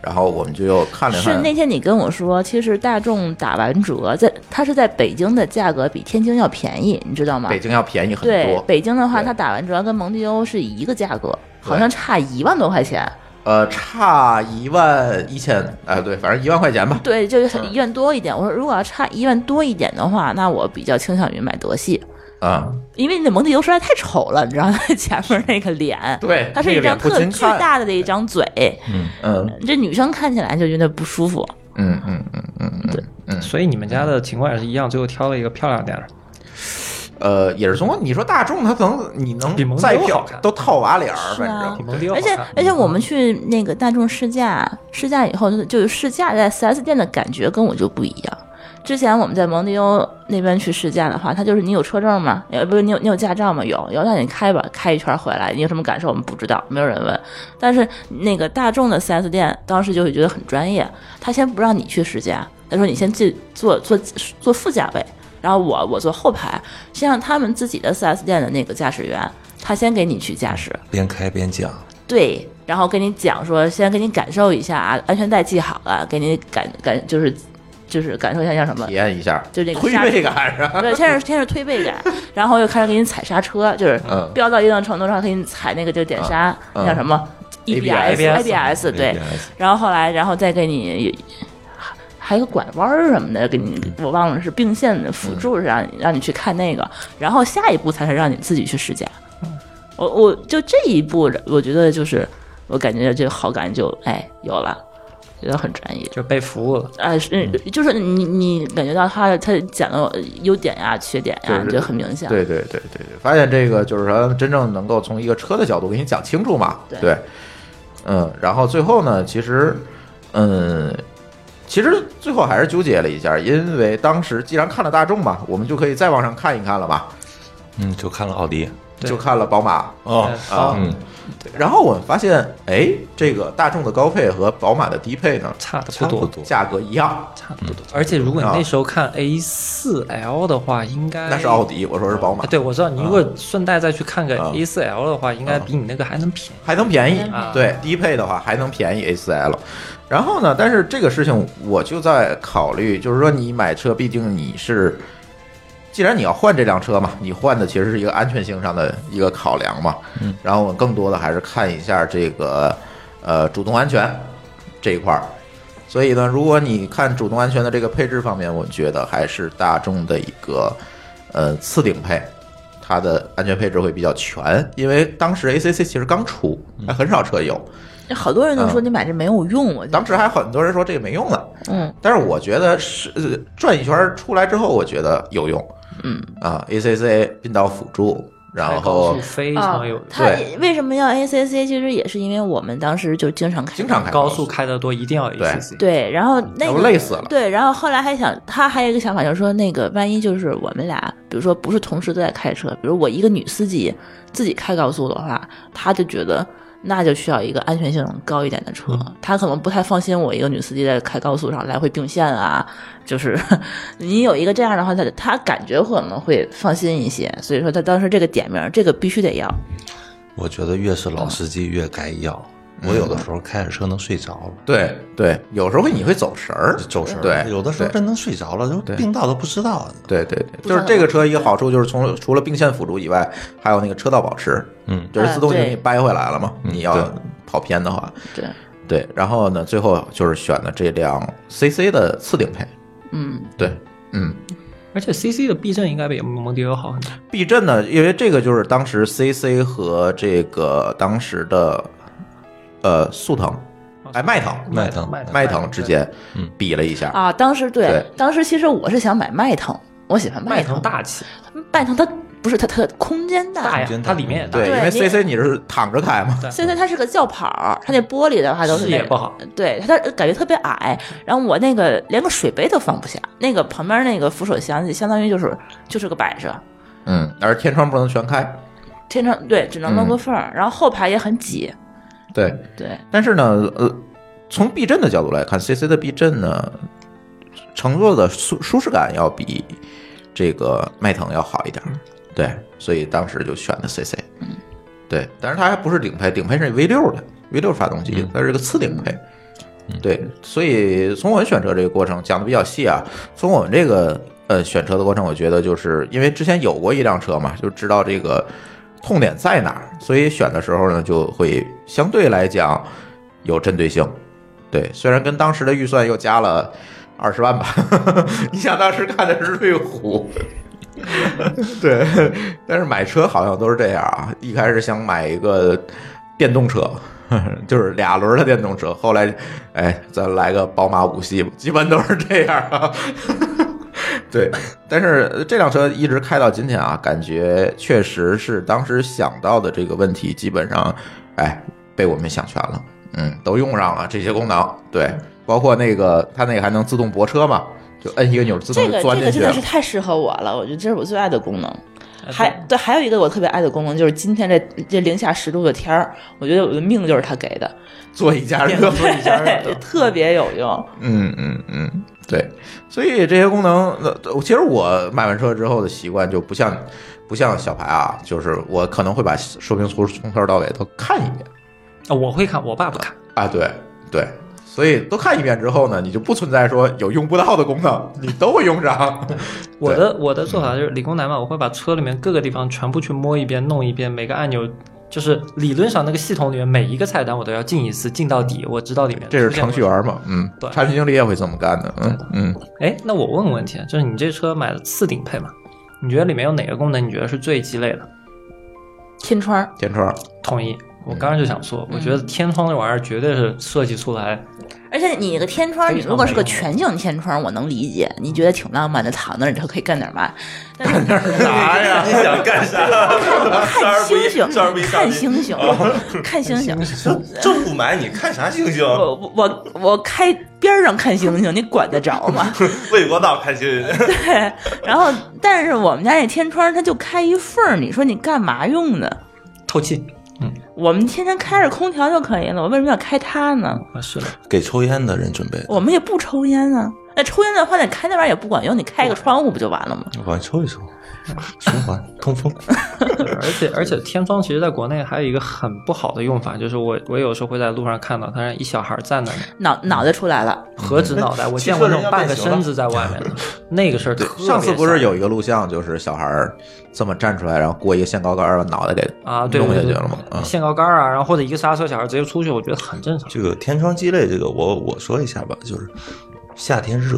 Speaker 3: 然后我们就又看了
Speaker 6: 是
Speaker 3: 看，
Speaker 6: 那天你跟我说，其实大众打完折，在它是在北京的价格比天津要便宜，你知道吗？
Speaker 3: 北京要便宜很
Speaker 6: 对
Speaker 3: 多，。
Speaker 6: 北京的话，
Speaker 3: 对
Speaker 6: 它打完折跟蒙迪欧是一个价格，
Speaker 3: 对
Speaker 6: 好像差一万多块钱。
Speaker 3: 呃，差一万一千，哎，对，反正一万块钱吧。
Speaker 6: 对，就是一万多一点。我说如果要差一万多一点的话，那我比较倾向于买德系，
Speaker 3: 啊、
Speaker 6: 因为那蒙迪欧实在太丑了，你知道吗？ 前面那个脸，
Speaker 3: 对
Speaker 6: 它是
Speaker 3: 那个
Speaker 6: 一张
Speaker 3: 脸不
Speaker 6: 特
Speaker 3: 经
Speaker 6: 巨
Speaker 3: 看
Speaker 6: 大的一张嘴，
Speaker 3: 嗯
Speaker 6: 这女生看起来就觉得不舒服。
Speaker 3: 嗯嗯嗯嗯嗯，
Speaker 4: 所以你们家的情况也是一样，最后挑了一个漂亮点儿。
Speaker 3: 呃，也是从你说大众，它能你
Speaker 4: 比蒙迪
Speaker 3: 能再
Speaker 4: 欧
Speaker 3: 票
Speaker 4: 好看
Speaker 3: 都套娃脸儿，
Speaker 6: 是
Speaker 3: 反
Speaker 6: 啊
Speaker 3: 正
Speaker 4: 比蒙迪欧
Speaker 6: 而
Speaker 4: 好
Speaker 6: 且
Speaker 4: 看嗯
Speaker 6: 而且我们去那个大众试驾，试驾以后就是就是试驾在 4S 店的感觉跟我就不一样。之前我们在蒙迪欧那边去试驾的话，他就是你有车证吗？呃，不是你有你有驾照吗？有，有那你开吧，开一圈回来，你有什么感受？我们不知道，没有人问。但是那个大众的 4S 店当时就会觉得很专业，他先不让你去试驾，他说你先进坐坐坐副驾位，然后我我坐后排，先让他们自己的 4S 店的那个驾驶员，他先给你去驾驶，
Speaker 5: 边开边讲，
Speaker 6: 对，然后跟你讲说，先给你感受一下啊，安全带系好了，给你感感就是就是感受一下叫什么
Speaker 3: 体，验一下，
Speaker 6: 就这个
Speaker 3: 推
Speaker 6: 刹
Speaker 3: 背感是 吧？
Speaker 6: 对，先是先是推背感，然后又开始给你踩刹车，就是
Speaker 3: 嗯
Speaker 6: 飙到一定程度上给你踩那个就是点刹，
Speaker 3: 嗯
Speaker 6: 那叫什么 E
Speaker 3: ABS
Speaker 6: ABS 对，
Speaker 5: 哎
Speaker 6: 然后后来然后再给你。还有个拐弯儿什么的，给你我忘了是并线的辅助，是让你让你去看那个，然后下一步才是让你自己去试驾。我我就这一步，我觉得就是我感觉这个好感就哎有了，觉得很专业。
Speaker 4: 就被服务了。
Speaker 6: 哎，是，
Speaker 3: 嗯
Speaker 6: 就是你你感觉到他他讲的优点呀、缺点呀，
Speaker 3: 对
Speaker 6: 你觉得很明显。
Speaker 3: 对对对对对，发现这个就是说真正能够从一个车的角度给你讲清楚嘛，
Speaker 6: 对
Speaker 3: 嗯，然后最后呢，其实，嗯。其实最后还是纠结了一下，因为当时既然看了大众嘛，我们就可以再往上看一看了嘛，
Speaker 5: 嗯，就看了奥迪
Speaker 3: 就看了宝马
Speaker 5: 哦，
Speaker 3: 啊，
Speaker 5: 嗯，
Speaker 3: 然后我们发现，哎，这个大众的高配和宝马的低配呢，
Speaker 4: 差的
Speaker 5: 差
Speaker 4: 不
Speaker 5: 不
Speaker 4: 多，
Speaker 5: 多，
Speaker 3: 价格一样，
Speaker 4: 差不多。嗯而且如果你那时候看 A 四 L 的话，应该
Speaker 3: 那是奥迪，我说是宝马
Speaker 4: 哎。，对，我知道。你如果顺带再去看个
Speaker 3: 啊
Speaker 4: A 四 L 的话，应该比你那个还能便宜。
Speaker 3: 还能便宜
Speaker 4: 啊，
Speaker 3: 对，低配的话还能便宜 A4L。然后呢，但是这个事情我就在考虑，就是说你买车，毕竟你是，既然你要换这辆车嘛，你换的其实是一个安全性上的一个考量嘛。嗯。然后我更多的还是看一下这个呃主动安全这一块儿。所以呢，如果你看主动安全的这个配置方面，我觉得还是大众的一个呃次顶配，它的安全配置会比较全，因为当时 ACC 其实刚出，还很少车有，
Speaker 6: 好多人都
Speaker 3: 嗯
Speaker 6: 说你买这没有用，我觉得
Speaker 3: 当时还很多人说这个没用呢，
Speaker 6: 嗯，
Speaker 3: 但是我觉得是、呃转一圈儿出来之后，我觉得有用，
Speaker 6: 嗯
Speaker 3: 啊，ACC 变道辅助，然后
Speaker 4: 非
Speaker 6: 啊
Speaker 4: 常有，
Speaker 6: 他
Speaker 3: 对
Speaker 6: 为什么要 ACC？其实也是因为我们当时就经常开
Speaker 3: 经常开
Speaker 4: 高速开得多，一定要 A
Speaker 3: 对
Speaker 4: C C。
Speaker 6: 对，然后那
Speaker 3: 要
Speaker 6: 个
Speaker 3: 不啊累死了
Speaker 6: 对，然后后来还想，他还有一个想法，就是说那个万一就是我们俩，比如说不是同时都在开车，比如我一个女司机自己开高速的话，他就觉得那就需要一个安全性高一点的车，他可能不太放心我一个女司机在开高速上来回并线啊，就是 你有一个这样的话，他他感觉可能会放心一些，所以说他当时这个点名，这个必须得要，
Speaker 5: 我觉得越是老司机越该要。我有的时候开着车能睡着了。
Speaker 3: 对对，有时候你会走神儿，
Speaker 5: 走神儿
Speaker 3: 对
Speaker 5: 有的时候
Speaker 3: 对
Speaker 5: 真能睡着了，就病到都不知道。
Speaker 3: 对对对，就是这个车一个好处就是从除了并线辅助以外，还有那个车道保持，
Speaker 5: 嗯，
Speaker 3: 就是自动就
Speaker 6: 啊
Speaker 3: 给你掰回来了嘛。
Speaker 5: 嗯
Speaker 3: 你要
Speaker 5: 对
Speaker 3: 跑偏的话，
Speaker 6: 对，
Speaker 3: 对。然后呢，最后就是选的这辆 CC 的次顶配，
Speaker 6: 嗯，
Speaker 3: 对，嗯。
Speaker 4: 而且 C C 的避震应该比蒙迪欧好很多。
Speaker 3: 避震呢，因为这个就是当时 CC 和这个当时的呃速腾，哎
Speaker 4: 哦
Speaker 3: 迈腾
Speaker 5: 迈腾
Speaker 3: 迈腾之间
Speaker 5: 嗯
Speaker 3: 比了一下，
Speaker 6: 啊，当时对，
Speaker 3: 对
Speaker 6: 当时其实我是想买迈腾，我喜欢
Speaker 4: 迈
Speaker 6: 腾
Speaker 4: 腾大气，
Speaker 6: 迈腾它不是它它空间
Speaker 4: 大
Speaker 6: 大，
Speaker 4: 呀
Speaker 5: 空，间大
Speaker 4: 它里面也大
Speaker 3: 对，，
Speaker 6: 对
Speaker 3: 因为
Speaker 6: 你
Speaker 3: CC 你是躺着开嘛，
Speaker 6: 现在它是个轿跑儿，它那玻璃的话都是
Speaker 4: 视
Speaker 6: 那
Speaker 4: 野不好，
Speaker 6: 对它感觉特别矮。然后我那个连个水杯都放不下，那个旁边那个扶手箱相当于就是就是个摆设，
Speaker 3: 嗯，而天窗不能全开，
Speaker 6: 天窗对只
Speaker 3: 嗯
Speaker 6: 能露个缝儿，然后后排也很挤，
Speaker 3: 对，
Speaker 6: 对
Speaker 3: 但是呢，呃，从避震的角度来看，CC 的避震呢，乘坐的舒舒适感要比这个迈腾要好一点儿，对，所以当时就选的 CC，对，但是它还不是顶配，顶配是 V 六的 V 六发动机，它是个次顶配。对，所以从我们选车这个过程讲的比较细啊。从我们这个呃选车的过程，我觉得就是因为之前有过一辆车嘛，就知道这个痛点在哪儿，所以选的时候呢，就会相对来讲有针对性。对，虽然跟当时的预算又加了二十万吧， 你想当时看的是瑞虎， 对，但是买车好像都是这样啊，一开始想买一个电动车。 就是俩轮儿的电动车，后来，哎，咱来个宝马五系吧，基本都是这样啊。 对，但是呃这辆车一直开到今天啊，感觉确实是当时想到的这个问题，基本上，哎，被我们想全了，嗯，都用上了这些功能，对，包括那个它那个还能自动泊车嘛，就摁一个钮自动
Speaker 6: 这
Speaker 3: 就
Speaker 6: 个
Speaker 3: 钻
Speaker 6: 这
Speaker 3: 进去
Speaker 6: 个真
Speaker 3: 了
Speaker 6: 的是，太适合我了，我觉得这是我最爱的功能。
Speaker 4: 哎
Speaker 6: 还对，还有一个我特别爱的功能就是今天这这零下十度的天儿，我觉得我的命就是他给的，
Speaker 3: 座椅加热，
Speaker 4: 座椅加热
Speaker 6: 特别有用。
Speaker 3: 嗯嗯嗯，对，所以这些功能，那其实我买完车之后的习惯就不像不像小排啊，就是我可能会把说明书从头到尾都看一遍
Speaker 4: 啊我会看，我爸不看。
Speaker 3: 啊，对对，所以都看一遍之后呢，你就不存在说有用不到的功能，你都会用上。
Speaker 4: 我的我的做法就是理工男嘛，我会把车里面各个地方全部去摸一遍、弄一遍，每个按钮就是理论上那个系统里面每一个菜单我都要进一次，进到底，我知道里面
Speaker 3: 这是
Speaker 4: 出现
Speaker 3: 程序
Speaker 4: 过什么
Speaker 3: 员嘛？嗯，
Speaker 4: 对
Speaker 3: 产品经理也会这么干的。嗯嗯，
Speaker 4: 哎，那我问个问题，就是你这车买了次顶配嘛？你觉得里面有哪个功能你觉得是最鸡肋的？
Speaker 6: 天窗儿
Speaker 3: 天窗，
Speaker 4: 同
Speaker 6: 嗯
Speaker 4: 意，我刚刚就想说，我觉得天窗这玩意儿绝对是设计出 来，
Speaker 6: 而且
Speaker 5: 嗯
Speaker 6: 你那个天窗，
Speaker 4: 非
Speaker 6: 你
Speaker 4: 常
Speaker 6: 如果是个
Speaker 4: 美
Speaker 6: 全景天窗，我能理解，你觉得挺浪漫的，躺那儿你就可以干点嘛。但是
Speaker 5: 啥 呀？你想干啥？
Speaker 6: 看星星
Speaker 5: 这儿不一，
Speaker 6: 看星星， 看星星。
Speaker 5: 这不买你看啥星星？
Speaker 6: 我我我开边儿上看星星，你管得着吗？
Speaker 5: 魏国道看星星。
Speaker 6: 对。然后，但是我们家那天窗它就开一缝儿，你说你干嘛用呢？
Speaker 4: 透气
Speaker 6: 我们天天开着空调就可以了，我为什么要开它呢？
Speaker 4: 啊，是的，
Speaker 5: 给抽烟的人准备，
Speaker 6: 我们也不抽烟啊。那抽烟的话，你开那玩意儿也不管用，你开个窗户不就完了吗？
Speaker 5: 往外抽一 抽，循环通风。
Speaker 4: 对而且而且天窗其实在国内还有一个很不好的用法，就是我我有时候会在路上看到，他让一小孩站在那，
Speaker 6: 脑脑袋出来了，
Speaker 4: 何止脑袋，我见过那种半个身子在外面的，那个事儿特别吓
Speaker 3: 上
Speaker 4: 人。
Speaker 3: 次不是有一个录像，就是小孩儿这么站出来，然后过一个限高杆儿，把脑袋给
Speaker 4: 啊？对
Speaker 3: 弄
Speaker 4: 对
Speaker 3: 下去
Speaker 4: 对
Speaker 3: 了嘛？嗯
Speaker 4: 对，限高杆儿啊，然后或者一个刹车，小孩直接出去，我觉得很正常。
Speaker 5: 这个天窗鸡肋，这个我我说一下吧，就是夏天热，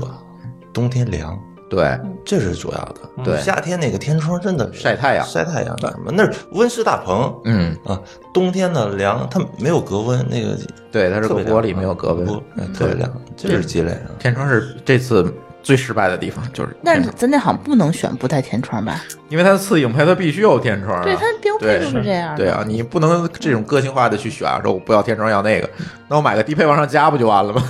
Speaker 5: 冬天凉，
Speaker 3: 对
Speaker 5: 这是主要的。
Speaker 3: 嗯对
Speaker 5: 夏天那个天窗真的
Speaker 3: 晒太阳
Speaker 5: 晒太阳干什么？那是温室大棚。
Speaker 3: 嗯，
Speaker 5: 啊，冬天呢凉，它没有隔温，那个
Speaker 3: 对，它是个
Speaker 5: 特别凉
Speaker 3: 玻璃，没有隔温
Speaker 5: 不，嗯特
Speaker 3: 对
Speaker 5: 别凉，这是鸡肋啊。
Speaker 3: 天窗是这次最失败的地方，就是
Speaker 6: 但
Speaker 3: 天
Speaker 6: 是
Speaker 3: 窗
Speaker 6: 咱那好像不能选不带天窗吧？
Speaker 3: 因为它的次顶配它必须有天窗啊、
Speaker 6: 对，它标配
Speaker 3: 对
Speaker 6: 就是这
Speaker 4: 嗯
Speaker 6: 样的。
Speaker 3: 对啊，你不能这种个性化的去选，说我不要天窗要那个，那我买个低配往上加不就完了吗？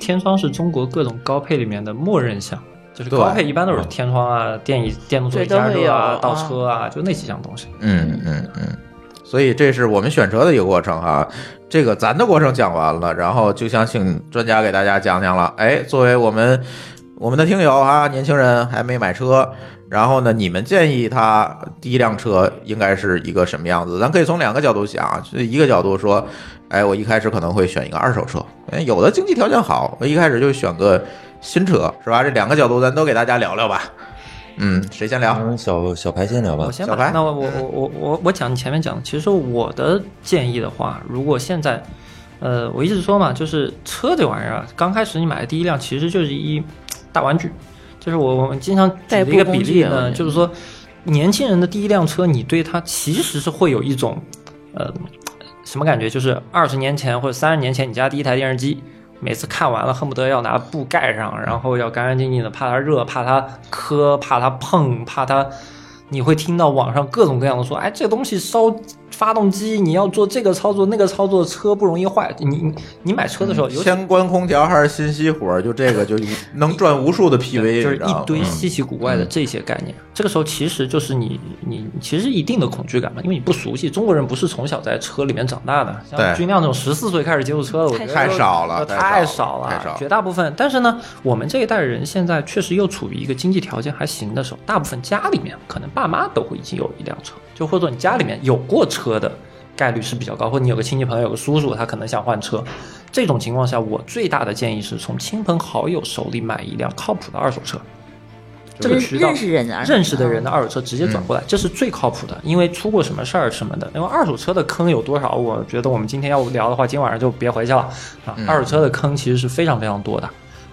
Speaker 4: 天窗是中国各种高配里面的默认项，就是
Speaker 3: 对嗯
Speaker 4: 高配一般都是天窗啊、电椅、电动座椅
Speaker 6: 对都
Speaker 4: 加
Speaker 6: 会有
Speaker 4: 热啊、倒
Speaker 6: 啊
Speaker 4: 车啊，就那几项东西。
Speaker 3: 嗯嗯嗯，所以这是我们选车的一个过程哈。这个咱的过程讲完了，然后就想请专家给大家讲讲了。哎，作为我们我们的听友啊，年轻人还没买车，然后呢，你们建议他第一辆车应该是一个什么样子？咱可以从两个角度想，就是一个角度说，哎，我一开始可能会选一个二手车，哎，有的经济条件好，我一开始就选个新车，是吧？这两个角度咱都给大家聊聊吧。嗯，谁先聊？
Speaker 5: 嗯，小小排先聊吧
Speaker 4: 我。先
Speaker 3: 小白
Speaker 4: 把那我我我我我我讲你前面讲的，其实我的建议的话，如果现在，呃，我一直说嘛，就是车这玩意儿啊，刚开始你买的第一辆其实就是一大玩具，就是我我们经常举
Speaker 6: 代
Speaker 4: 的
Speaker 6: 步
Speaker 4: 一个
Speaker 6: 工
Speaker 4: 比
Speaker 6: 具
Speaker 4: 例
Speaker 6: 啊我觉
Speaker 4: 呢，
Speaker 6: 得
Speaker 4: 就是说年轻人的第一辆车，你对它其实是会有一种，呃，什么感觉？就是二十年前或者三十年前你家第一台电视机。每次看完了，恨不得要拿布盖上，然后要干干净净的，怕它热，怕它磕，怕它碰，怕它你会听到网上各种各样的说，哎，这个东西烧发动机，你要做这个操作那个操作，车不容易坏。你你你买车的时候，尤其
Speaker 3: 嗯先关空调还是先熄火？就这个就能赚无数的 PV，
Speaker 4: 就是
Speaker 3: 你知道吗
Speaker 4: 一堆稀奇古
Speaker 3: 嗯
Speaker 4: 怪的这些概念。这个时候其实就是你你你其实一定的恐惧感嘛，因为你不熟悉，中国人不是从小在车里面长大的，
Speaker 3: 对
Speaker 4: 像军亮这种十四岁开始接触车的，我觉得
Speaker 3: 太少了啊太
Speaker 4: 呃太
Speaker 3: 少
Speaker 4: 少
Speaker 3: 了
Speaker 4: 了，
Speaker 3: 太少了
Speaker 4: 绝大部分。但是呢，我们这一代人现在确实又处于一个经济条件还行的时候，大部分家里面可能爸妈都会已经有一辆车，就或者说你家里面有过车的。概率是比较高，或者你有个亲戚朋友、有个叔叔，他可能想换车，这种情况下，我最大的建议是从亲朋好友手里买一辆靠谱的二手车。这
Speaker 6: 认
Speaker 4: 个渠道
Speaker 6: 认识人
Speaker 3: 哎
Speaker 6: 啊，
Speaker 4: 认识的人的二手车直接转过来，这是最靠谱的，因为出过什么事儿什么的。因为二手车的坑有多少，我觉得我们今天要聊的话，今晚上就别回去了啊
Speaker 3: 嗯。
Speaker 4: 二手车的坑其实是非常非常多的。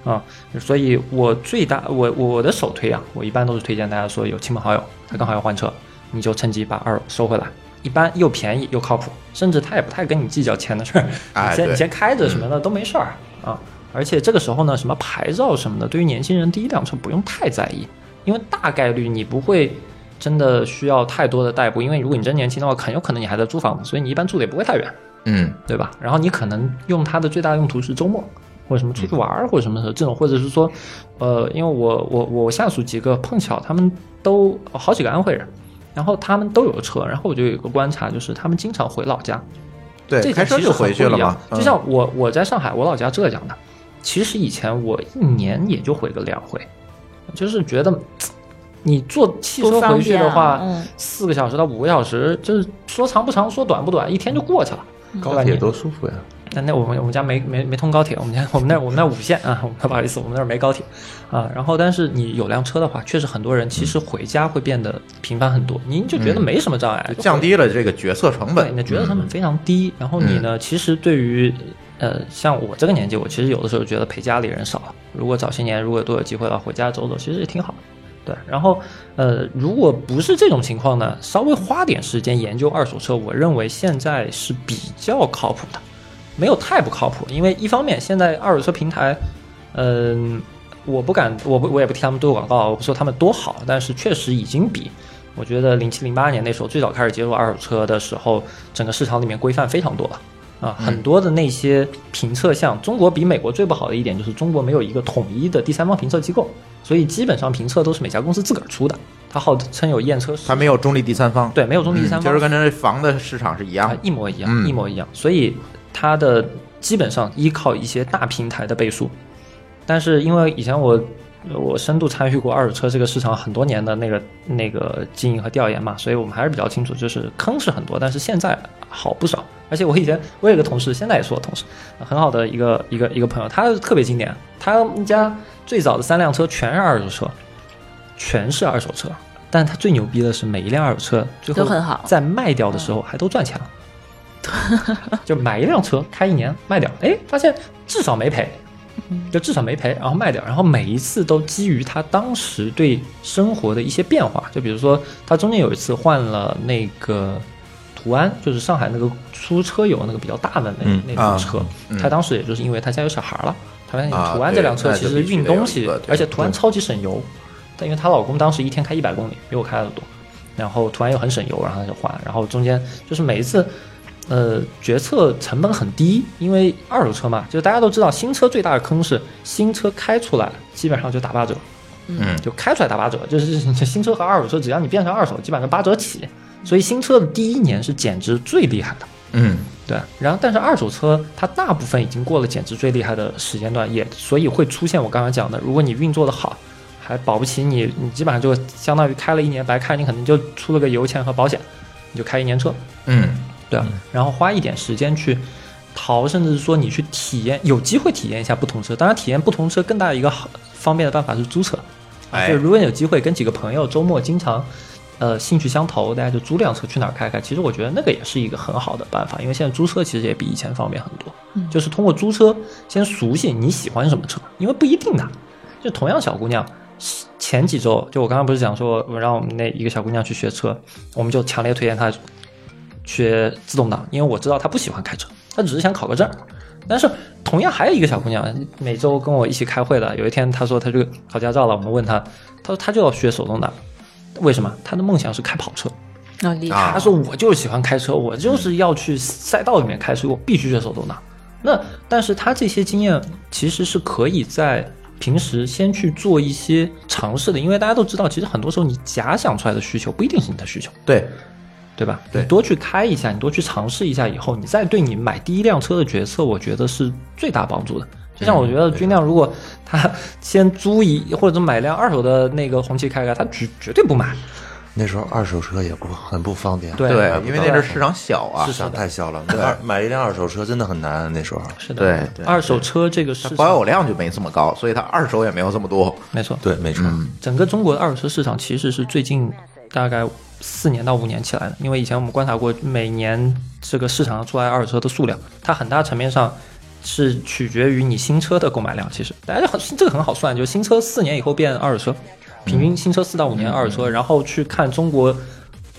Speaker 4: 啊、所以我最大我我的首推啊，我一般都是推荐大家说有亲朋好友，他刚好要换车，你就趁机把二手收回来，一般又便宜又靠谱，甚至他也不太跟你计较钱的事儿，
Speaker 3: 哎
Speaker 4: 你先
Speaker 3: 对
Speaker 4: 你先开着什么的都没事儿啊。而且这个时候呢，什么牌照什么的，对于年轻人第一辆车不用太在意，因为大概率你不会真的需要太多的代步，因为如果你真年轻的话，很有可能你还在租房子，所以你一般住的也不会太远。
Speaker 3: 嗯，
Speaker 4: 对吧？然后你可能用它的最大用途是周末，或者什么出去玩儿，或者什么的这种，或者是说，呃，因为我我我下属几个碰巧他们都好几个安徽人，然后他们都有车，然后我就有一个观察，就是他们经常回老家，
Speaker 3: 对，
Speaker 4: 这
Speaker 3: 开
Speaker 4: 点
Speaker 3: 车
Speaker 4: 其实
Speaker 3: 就回去了
Speaker 4: 很不一样
Speaker 3: 嘛。嗯
Speaker 4: 就像我我在上海，我老家浙江的，其实以前我一年也就回个两回，就是觉得你坐汽车
Speaker 6: 不方
Speaker 4: 回去
Speaker 6: 便
Speaker 4: 的
Speaker 6: 啊
Speaker 4: 话
Speaker 6: 嗯，
Speaker 4: 四、个小时到五个小时，就是说长不长，说短不短，一天就过去了。
Speaker 3: 嗯
Speaker 5: 高铁多舒服呀！
Speaker 4: 那那我们我们家没没没通高铁，我们家我们那儿我们那儿五线啊， 我们不好意思，我们那儿没高铁啊。然后但是你有辆车的话，确实很多人其
Speaker 3: 嗯
Speaker 4: 实回家会变得频繁很多，您就觉得没什么障碍，就
Speaker 3: 嗯降低了嗯这个决策成
Speaker 4: 对，
Speaker 3: 本。
Speaker 4: 你的决策成本非常低。然后你呢，其实对于呃，像我这个年纪，我其实有的时候觉得陪家里人少。如果早些年如果多有机会的话，回家走走，其实也挺好的。对，然后呃，如果不是这种情况呢，稍微花点时间研究二手车，我认为现在是比较靠谱的，没有太不靠谱。因为一方面，现在二手车平台，嗯、我不敢，我不我也不替他们做广告，我不说他们多好，但是确实已经比我觉得零七零八年那时候最早开始接触二手车的时候，整个市场里面规范非常多了。啊，很多的那些评测项，中国比美国最不好的一点就是中国没有一个统一的第三方评测机构，所以基本上评测都是每家公司自个儿出的。它号称有验车师，
Speaker 3: 它没有中立第三方，
Speaker 4: 对没有中立第三
Speaker 3: 嗯
Speaker 4: 方
Speaker 3: 就是跟这房的市场是一样
Speaker 4: 啊
Speaker 3: 的，。
Speaker 4: 一模一样，
Speaker 3: 嗯
Speaker 4: 一模一样。所以它的基本上依靠一些大平台的倍数，但是因为以前我我深度参与过二手车这个市场很多年的那个那个经营和调研嘛，所以我们还是比较清楚，就是坑是很多，但是现在好不少。而且我以前我有一个同事，现在也是我同事，很好的一个一个一个朋友，他特别经典，他们家最早的三辆车全是二手车，全是二手车。但他最牛逼的是，每一辆二手车最后
Speaker 6: 都很好
Speaker 4: 在卖掉的时候还都赚钱了。就买一辆车开一年卖掉，哎，发现至少没赔，就至少没赔，然后卖掉，然后每一次都基于他当时对生活的一些变化，就比如说他中间有一次换了那个途安，就是上海那个出车友那个比较大的那、
Speaker 5: 嗯
Speaker 4: 那种车，
Speaker 3: 啊嗯
Speaker 4: 他当时也就是因为他家有小孩了，他发现
Speaker 3: 啊
Speaker 4: 途安这辆车
Speaker 3: 对
Speaker 4: 其实运东西
Speaker 3: 那就必须得有一个，对
Speaker 4: 而且途安超级省油，但因为她老公当时一天开一百公里，比我开的多，然后途安又很省油，然后他就换，然后中间就是每一次。呃，决策成本很低，因为二手车嘛，就是大家都知道，新车最大的坑是新车开出来基本上就打八折，
Speaker 3: 嗯
Speaker 4: 就开出来打八折，就是 就是新车和二手车，只要你变成二手，基本上八折起。所以新车的第一年是减值最厉害的，
Speaker 3: 嗯，
Speaker 4: 对，然后但是二手车它大部分已经过了减值最厉害的时间段，也所以会出现我刚刚讲的，如果你运作的好，还保不齐你你基本上就相当于开了一年白开，你可能就出了个油钱和保险，你就开一年车，
Speaker 3: 嗯，
Speaker 4: 对吧？啊然后花一点时间去淘，甚至是说你去体验，有机会体验一下不同车。当然，体验不同车更大一个好方便的办法是租车，啊
Speaker 3: 哎
Speaker 4: 就是如果你有机会跟几个朋友周末经常。呃，兴趣相投，大家就租辆车去哪儿开开。其实我觉得那个也是一个很好的办法，因为现在租车其实也比以前方便很多。就是通过租车先熟悉你喜欢什么车，因为不一定的。就同样小姑娘，前几周就我刚刚不是讲说，我让我们那一个小姑娘去学车，我们就强烈推荐她学自动挡，因为我知道她不喜欢开车，她只是想考个证。但是同样还有一个小姑娘，每周跟我一起开会的，有一天她说她就考驾照了，我们问她，她说她就要学手动挡，为什么？她的梦想是开跑车。
Speaker 6: 那厉
Speaker 3: 害啊
Speaker 4: 他说我就是喜欢开车，我就是要去赛道里面开，所以我必须学手动挡。那但是他这些经验其实是可以在平时先去做一些尝试的，因为大家都知道，其实很多时候你假想出来的需求不一定是你的需求，
Speaker 3: 对，
Speaker 4: 对吧？
Speaker 3: 对
Speaker 4: 你多去开一下，你多去尝试一下，以后你再对你买第一辆车的决策，我觉得是最大帮助的。
Speaker 3: 嗯
Speaker 4: 就像我觉得军亮，如果他先租一或者买辆二手的那个红旗开开，他绝绝对不买。
Speaker 5: 那时候二手车也不很不方便，
Speaker 4: 对
Speaker 3: 对
Speaker 5: 买，不
Speaker 3: 因为那
Speaker 5: 到
Speaker 3: 阵儿市场小啊
Speaker 5: 市，场太小了，买二买一辆二手车真的很难。那时候，
Speaker 4: 是的，
Speaker 3: 对对
Speaker 4: 二手车这个
Speaker 3: 它
Speaker 4: 市
Speaker 3: 保
Speaker 4: 场
Speaker 3: 有量就没这么高，所以它二手也没有这么多。
Speaker 4: 没错，
Speaker 5: 对，没错，
Speaker 3: 嗯
Speaker 4: 整个中国的二手车市场其实是最近大概四年到五年起来的，因为以前我们观察过，每年这个市场上出来二手车的数量，它很大层面上是取决于你新车的购买量。其实大家就很这个很好算，就是新车四年以后变二手车，平均新车四到五年二手车，然后去看中国。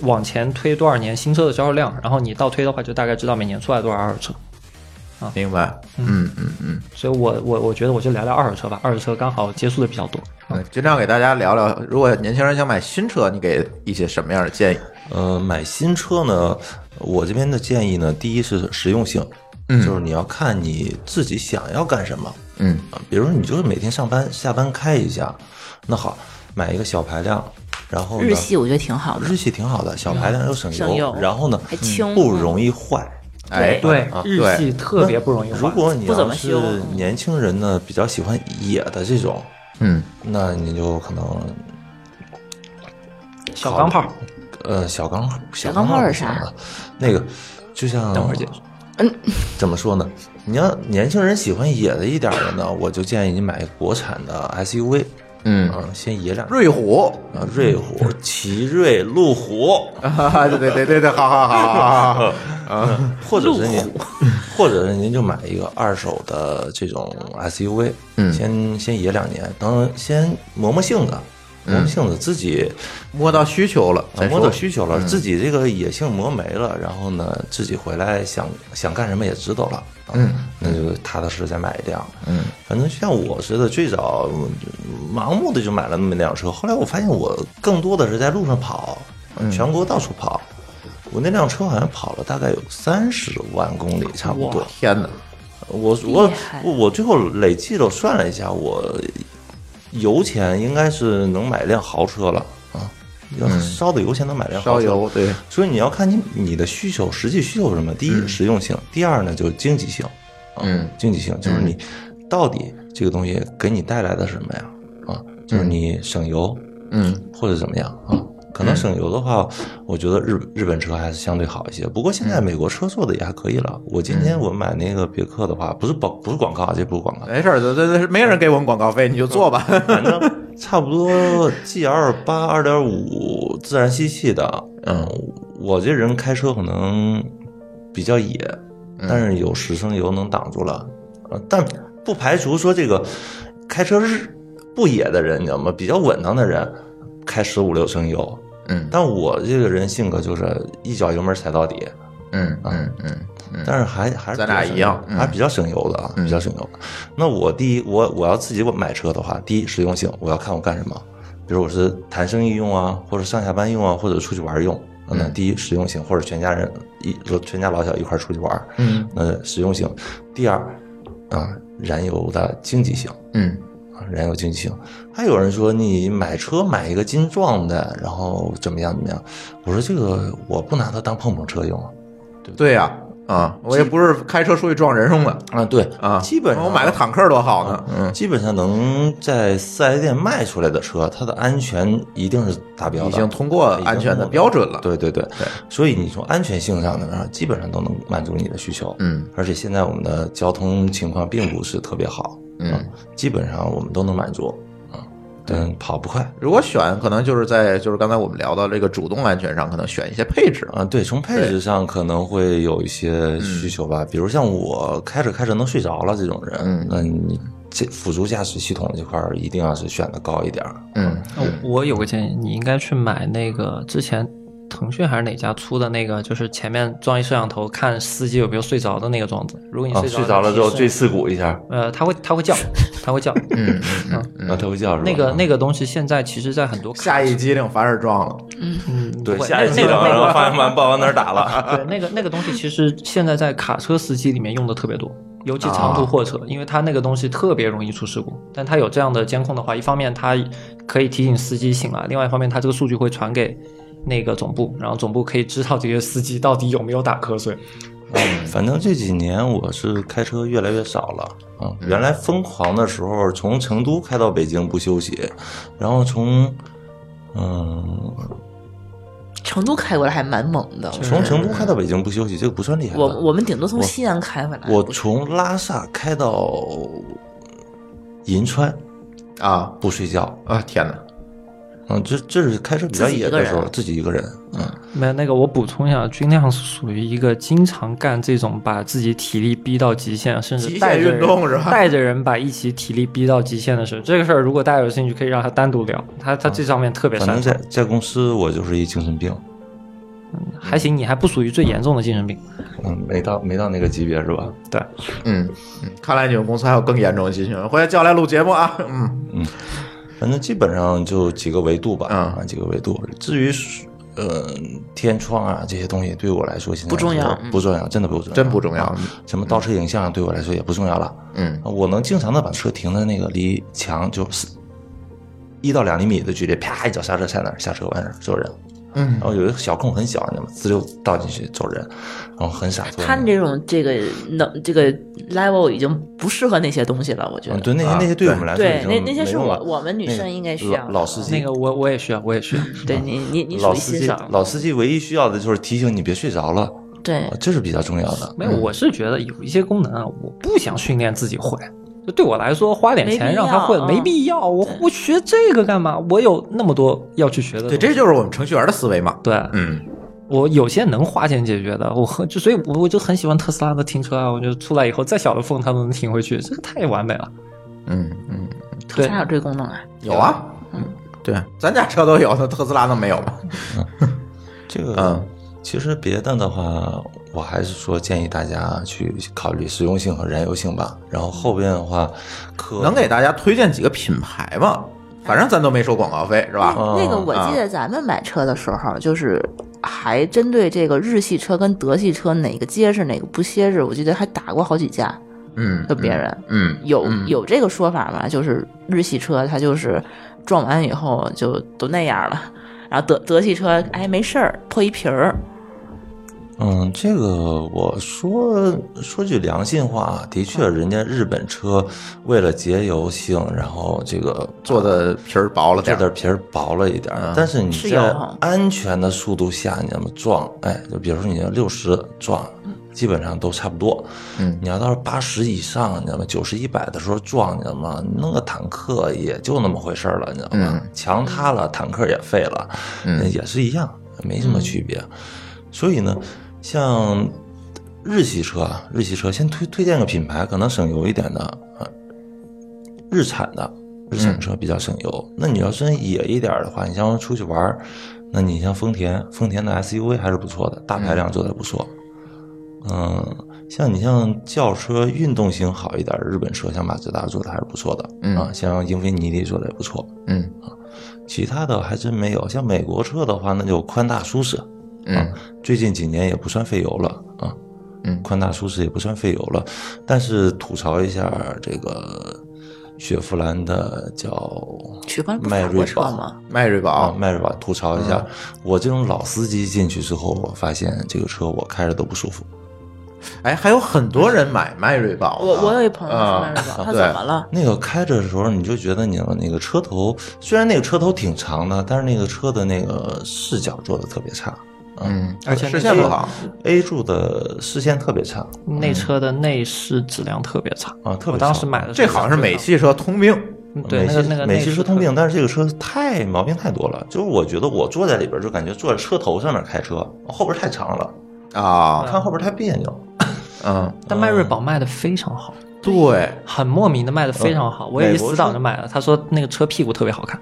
Speaker 4: 往前推多少年新车的销售量，然后你倒推的话，就大概知道每年出来多少二手车。
Speaker 3: 明白？嗯嗯嗯
Speaker 4: 所以我，我我觉得我就聊聊二手车吧，二手车刚好接触的比较多。
Speaker 3: 嗯，尽量给大家聊聊，如果年轻人想买新车，你给一些什么样的建议？
Speaker 5: 呃，买新车呢，我这边的建议呢，第一是实用性，
Speaker 4: 嗯
Speaker 5: 就是你要看你自己想要干什么。
Speaker 3: 嗯
Speaker 5: 啊比如说你就是每天上班下班开一下，那好，买一个小排量，然后呢
Speaker 6: 日系我觉得挺好的嗯
Speaker 5: 日，系挺好的，小排量又省油，
Speaker 6: 省油
Speaker 5: 然后呢
Speaker 6: 还轻
Speaker 5: 嗯
Speaker 6: 嗯
Speaker 5: 不容易坏。
Speaker 3: 哎，
Speaker 4: 对
Speaker 5: 啊，
Speaker 4: 日系特别不容易
Speaker 5: 如
Speaker 4: 换。
Speaker 5: 果你
Speaker 6: 不怎
Speaker 5: 要
Speaker 6: 么
Speaker 5: 是
Speaker 6: 修
Speaker 5: 年轻人呢，比较喜欢野的这种，
Speaker 3: 嗯，
Speaker 5: 那你就可能
Speaker 4: 小钢炮，
Speaker 5: 呃小钢小钢
Speaker 6: 钢炮
Speaker 5: 炮
Speaker 6: 是
Speaker 5: 不行
Speaker 6: 啥
Speaker 5: 了那个就像
Speaker 4: 等会儿姐，
Speaker 5: 怎么说呢？你要年轻人喜欢野的一点的呢，我就建议你买国产的 SUV，
Speaker 3: 嗯
Speaker 5: 啊先野两
Speaker 3: 瑞虎
Speaker 5: 啊，瑞虎、奇瑞、路虎，
Speaker 3: 啊， 对对对对对，好好好好好
Speaker 4: 啊
Speaker 3: 好，
Speaker 5: 啊或者是您，或者是您就买一个二手的这种 SUV，
Speaker 3: 嗯
Speaker 5: 先先野两年，等先磨磨性子，磨磨性子，自己
Speaker 3: 摸到需求了，
Speaker 5: 啊
Speaker 3: 咱
Speaker 5: 摸
Speaker 3: 说嗯
Speaker 5: 到需求了，自己这个野性磨没了，然后呢，自己回来想想干什么也知道了，啊
Speaker 3: 嗯，
Speaker 5: 那就踏踏实实再买一辆，
Speaker 3: 嗯，
Speaker 5: 反正像我似的，最早嗯盲目的就买了那么一辆车，后来我发现我更多的是在路上跑，
Speaker 3: 嗯
Speaker 5: 全国到处跑。我那辆车好像跑了大概有三十万公里，差不多。
Speaker 3: 天哪，
Speaker 5: 我我
Speaker 6: 厉害
Speaker 5: 我我最后累计了，我算了一下，我油钱应该是能买辆豪车了啊，要烧的油钱能买辆豪
Speaker 3: 嗯烧
Speaker 5: 车。
Speaker 3: 油对，
Speaker 5: 所以你要看你你的需求，实际需求是什么？第一，实用性；第二呢，就是经济性。啊
Speaker 3: 嗯
Speaker 5: 经济性就是你到底这个东西给你带来的是什么呀？啊，就是你省油
Speaker 3: 嗯
Speaker 5: 或者怎么样啊？可能省油的话，我觉得日日本车还是相对好一些。不过现在美国车做的也还可以了。我今天我买那个别克的话，不是广不是广告啊，这不是 广告，
Speaker 3: 没事儿，这这这没人给我们广告费，你就做吧，
Speaker 5: 反正差不多 G L 八二点五自然吸气的，嗯，我这人开车可能比较野，但是有十升油能挡住了，呃，但不排除说这个开车是不野的人，你知道吗？比较稳当的人开十五六升油，
Speaker 3: 嗯
Speaker 5: 但我这个人性格就是一脚油门踩到底，
Speaker 3: 嗯嗯嗯
Speaker 5: 但是还还是
Speaker 3: 咱俩
Speaker 5: 比较
Speaker 3: 一
Speaker 5: 省
Speaker 3: 样
Speaker 5: 油
Speaker 3: 嗯
Speaker 5: 还比较省油的啊，比较省油的。那我第一，我我要自己买车的话，第一实用性，我要看我干什么，比如我是谈生意用啊，或者上下班用啊，或者出去玩用。
Speaker 3: 嗯
Speaker 5: 那第一实用性，或者全家人一全家老小一块儿出去玩，
Speaker 3: 嗯，
Speaker 5: 那实用性。第二，啊，燃油的经济性，
Speaker 3: 嗯
Speaker 5: 啊，燃油经济性。还有人说你买车买一个精壮的，然后怎么样怎么样？我说这个我不拿它当碰碰车用啊。
Speaker 3: 嗯，对呀，啊，我也不是开车出去撞人用的
Speaker 5: 啊，对
Speaker 3: 啊，
Speaker 5: 基本上
Speaker 3: 我买个坦克多好呢
Speaker 5: 啊，
Speaker 3: 嗯，
Speaker 5: 基本上能在四 S 店卖出来的车，它的安全一定是达标的，
Speaker 3: 已经通过嗯安全的标准了
Speaker 5: 对对对，所以你从安全性上呢，啊基本上都能满足你的需求。
Speaker 3: 嗯，
Speaker 5: 而且现在我们的交通情况并不是特别好，
Speaker 3: 嗯
Speaker 5: 啊，基本上我们都能满足啊，但跑不快
Speaker 3: 如果选，可能就是在就是刚才我们聊到这个主动安全上，可能选一些配置啊，
Speaker 5: 啊。对，嗯从配置上可能会有一些需求吧，比如像我开着开着能睡着了这种人，
Speaker 3: 嗯
Speaker 5: 那你这辅助驾驶系统这块儿一定要是选的高一点儿。
Speaker 3: 嗯
Speaker 4: 我有个建议，你应该去买那个之前腾讯还是哪家出的那个，就是前面装一摄像头，看司机有没有睡着的那个装置。如果你
Speaker 5: 啊，
Speaker 4: 睡
Speaker 5: 睡着了之后最
Speaker 4: 最
Speaker 5: 刺骨一下，
Speaker 4: 呃，它会它 会叫，它会叫。
Speaker 3: 嗯，
Speaker 5: 啊，他会叫是吧？
Speaker 4: 那个那个东西现在其实，在很多
Speaker 3: 下一机灵凡是撞了，
Speaker 4: 嗯
Speaker 5: 对
Speaker 4: 不会
Speaker 5: 下一期
Speaker 4: 那个
Speaker 5: 聊，
Speaker 4: 那个
Speaker 5: 然后方向盘不往哪儿 打了。
Speaker 4: 对，那个那个东西其实现在在卡车司机里面用的特别多，尤其长
Speaker 5: 啊
Speaker 4: 途货车，因为它那个东西特别容易出事故。但它有这样的监控的话，一方面它可以提醒司机醒来，另外一方面它这个数据会传给那个总部，然后总部可以知道这些司机到底有没有打瞌睡。
Speaker 5: 嗯反正这几年我是开车越来越少了啊。原来疯狂的时候，从成都开到北京不休息，然后从嗯，
Speaker 6: 成都开过来还蛮猛的，
Speaker 5: 从成都开到北京不休息，这个不算厉害吧。
Speaker 6: 我我们顶多从西安开回来。
Speaker 5: 我从拉萨开到银川
Speaker 3: 啊
Speaker 5: 不睡觉，
Speaker 3: 啊，天哪，
Speaker 5: 嗯，这这是开车比较
Speaker 6: 自己一
Speaker 5: 野
Speaker 6: 个
Speaker 5: 的时
Speaker 6: 人
Speaker 5: 候，自己一个人，嗯。
Speaker 4: 没那个，我补充一下，军亮是属于一个经常干这种把自己体力逼到极限，甚
Speaker 3: 极
Speaker 4: 至
Speaker 3: 限
Speaker 4: 带着人
Speaker 3: 运动是吧
Speaker 4: 带着人把一起体力逼到极限的事。这个事儿如果大家有兴趣，可以让他单独聊，他他这方面特别
Speaker 5: 啊反
Speaker 4: 擅
Speaker 5: 正
Speaker 4: 长
Speaker 5: 在。在公司我就是一精神病，
Speaker 4: 还行，你还不属于最严重的精神病。
Speaker 5: 嗯，没到没到那个级别是吧？
Speaker 4: 对，
Speaker 3: 嗯，嗯看来你们公司还有更严重的心情，回来叫来录节目啊，嗯
Speaker 5: 反正基本上就几个维度吧，
Speaker 3: 嗯
Speaker 5: 啊，几个维度。至于是呃天窗啊这些东西，对我来说现在
Speaker 6: 不重要
Speaker 5: 来说
Speaker 6: 嗯
Speaker 5: 不重要，真的不重要，
Speaker 3: 真不重要
Speaker 5: 啊什么倒车影像对我来说也不重要了。啊
Speaker 3: 嗯
Speaker 5: 我能经常的把车停在那个离墙就是一到两厘米的距离，啪一脚刹车踩那儿，下车完事儿，所有人
Speaker 3: 嗯
Speaker 5: 然后有一个小孔很小，你知道吗？滋溜倒进去走人，然后很傻。突然
Speaker 6: 他这种这个能这个 level 已经不适合那些东西了，我觉
Speaker 5: 嗯，
Speaker 6: 得。
Speaker 5: 对那些
Speaker 3: 啊
Speaker 5: 那些对我们来说已
Speaker 6: 对，
Speaker 5: 经
Speaker 6: 那那些
Speaker 5: 没
Speaker 6: 是
Speaker 5: 用
Speaker 6: 我
Speaker 5: 了
Speaker 6: 我们女
Speaker 5: 那个
Speaker 6: 生应该需
Speaker 5: 老
Speaker 6: 要的啊
Speaker 5: 老司机
Speaker 4: 那个我我也需要，我也需要。
Speaker 6: 对你你你属
Speaker 5: 老
Speaker 6: 于
Speaker 5: 司
Speaker 6: 欣
Speaker 5: 机
Speaker 6: 赏，
Speaker 5: 老司机唯一需要的就是提醒你别睡着了，
Speaker 6: 对
Speaker 5: 啊，这是比较重要的。嗯
Speaker 4: 没有，我是觉得有一些功能啊，我不想训练自己会。就对我来说，花点
Speaker 6: 没
Speaker 4: 钱
Speaker 6: 必
Speaker 4: 让他
Speaker 6: 要
Speaker 4: 会了没
Speaker 6: 嗯
Speaker 4: 必要。我我学这个干嘛？我有那么多要去学的东西。
Speaker 3: 对，这就是我们程序员的思维嘛。
Speaker 4: 对，
Speaker 3: 嗯，
Speaker 4: 我有些能花钱解决的，我很就所以我我就很喜欢特斯拉的停车啊，我就出来以后再小的缝它都能停回去，这个太完美了。
Speaker 3: 嗯嗯，
Speaker 6: 特
Speaker 4: 对
Speaker 6: 斯拉有这个功能啊。
Speaker 3: 有啊，对，咱家车都有，那特斯拉能没有吗？
Speaker 5: 这个
Speaker 3: 嗯
Speaker 5: 其实别的的话，我还是说建议大家去考虑实用性和燃油性吧。然后后边的话，可
Speaker 3: 能给大家推荐几个品牌吗？反正咱都没收广告费，是吧？
Speaker 5: 嗯
Speaker 6: 那个我记得咱们买车的时候，就是还针对这个日系车跟德系车哪个结实哪个不结实，我记得还打过好几架。
Speaker 3: 嗯，
Speaker 6: 和别人
Speaker 3: 嗯，嗯
Speaker 6: 有
Speaker 3: 嗯
Speaker 6: 有这个说法吗？就是日系车它就是撞完以后就都那样了， 然后德德系车哎没事儿破一皮儿，
Speaker 5: 嗯，这个我说说句良心话，啊的确，人家日本车为了节油性，然后这个
Speaker 3: 做的皮儿薄了
Speaker 5: 这
Speaker 3: 点儿，
Speaker 5: 点皮儿薄了一点儿，
Speaker 3: 嗯
Speaker 5: 但是你
Speaker 6: 是有
Speaker 5: 在
Speaker 6: 哈
Speaker 5: 安全的速度下，你那么撞，哎，就比如说你要六十撞，基本上都差不多。
Speaker 3: 嗯
Speaker 5: 你要到八十以上，你知道吗？九十一百的时候撞，你知道吗？弄个坦克也就那么回事儿了，你知道吗？
Speaker 3: 嗯
Speaker 5: 墙塌了，坦克也废了，
Speaker 3: 嗯
Speaker 5: 也是一样，没什么区别。所以呢，像日系车啊，日系车先推推荐个品牌，可能省油一点的啊，日产的日
Speaker 3: 嗯
Speaker 5: 产车比较省油。那你要真野一点的话，你像出去玩儿，那你像丰田，丰田的 SUV 还是不错的，大排量做的不错。嗯，像你像轿车运动型好一点儿，日本车像马自达做的还是不错的，
Speaker 3: 嗯
Speaker 5: 啊，像英菲尼迪做的也不错，
Speaker 3: 嗯
Speaker 5: 其他的还真没有。像美国车的话，那就宽大舒适，啊
Speaker 3: 嗯
Speaker 5: 最近几年也不算费油了啊，
Speaker 3: 嗯
Speaker 5: 宽大舒适也不算费油了。但是吐槽一下这个雪佛兰的叫
Speaker 6: 取关不是
Speaker 5: 迈
Speaker 6: 法国
Speaker 5: 锐
Speaker 6: 车
Speaker 5: 宝
Speaker 6: 吗？
Speaker 3: 迈锐
Speaker 5: 啊
Speaker 3: 宝，，
Speaker 5: 迈锐宝，吐槽一
Speaker 3: 啊
Speaker 5: 下，我这种老司机进去之后，我发现这个车我开着都不舒服。
Speaker 3: 哎，还有很多人买迈锐宝的。
Speaker 6: 我我有一朋友是迈
Speaker 3: 啊
Speaker 6: 锐宝，他怎么了？
Speaker 5: 那个开着的时候，你就觉得你的那个车头，虽然那个车头挺长的，但是那个车的那个视角做的特别差。
Speaker 3: 嗯，
Speaker 4: 而且
Speaker 3: 视
Speaker 4: 那
Speaker 3: 线
Speaker 4: 车
Speaker 3: 不好，
Speaker 5: A 柱的视线特别差
Speaker 4: 内车的内饰质量特别差
Speaker 5: 啊特别
Speaker 4: 我当
Speaker 5: 差
Speaker 4: 时买的
Speaker 3: 这好像是美系车通病。
Speaker 4: 嗯对那
Speaker 5: 美
Speaker 4: 个
Speaker 5: 系
Speaker 4: 那个
Speaker 5: 美
Speaker 4: 内
Speaker 5: 系
Speaker 4: 饰
Speaker 5: 车
Speaker 4: 特
Speaker 5: 通
Speaker 4: 别
Speaker 5: 病，但是这个车太毛病太多了。就是我觉得我坐在里边就感觉坐在车头上面开车，后边太长了，
Speaker 4: 嗯
Speaker 3: 啊，
Speaker 5: 看后边太别扭。
Speaker 3: 嗯，
Speaker 4: 但迈锐宝卖的非常好，
Speaker 3: 对，
Speaker 4: 很莫名的卖的非常好。我有
Speaker 5: 美
Speaker 4: 一
Speaker 5: 国
Speaker 4: 死党
Speaker 5: 车
Speaker 4: 就买了，他说那个车屁股特别好看。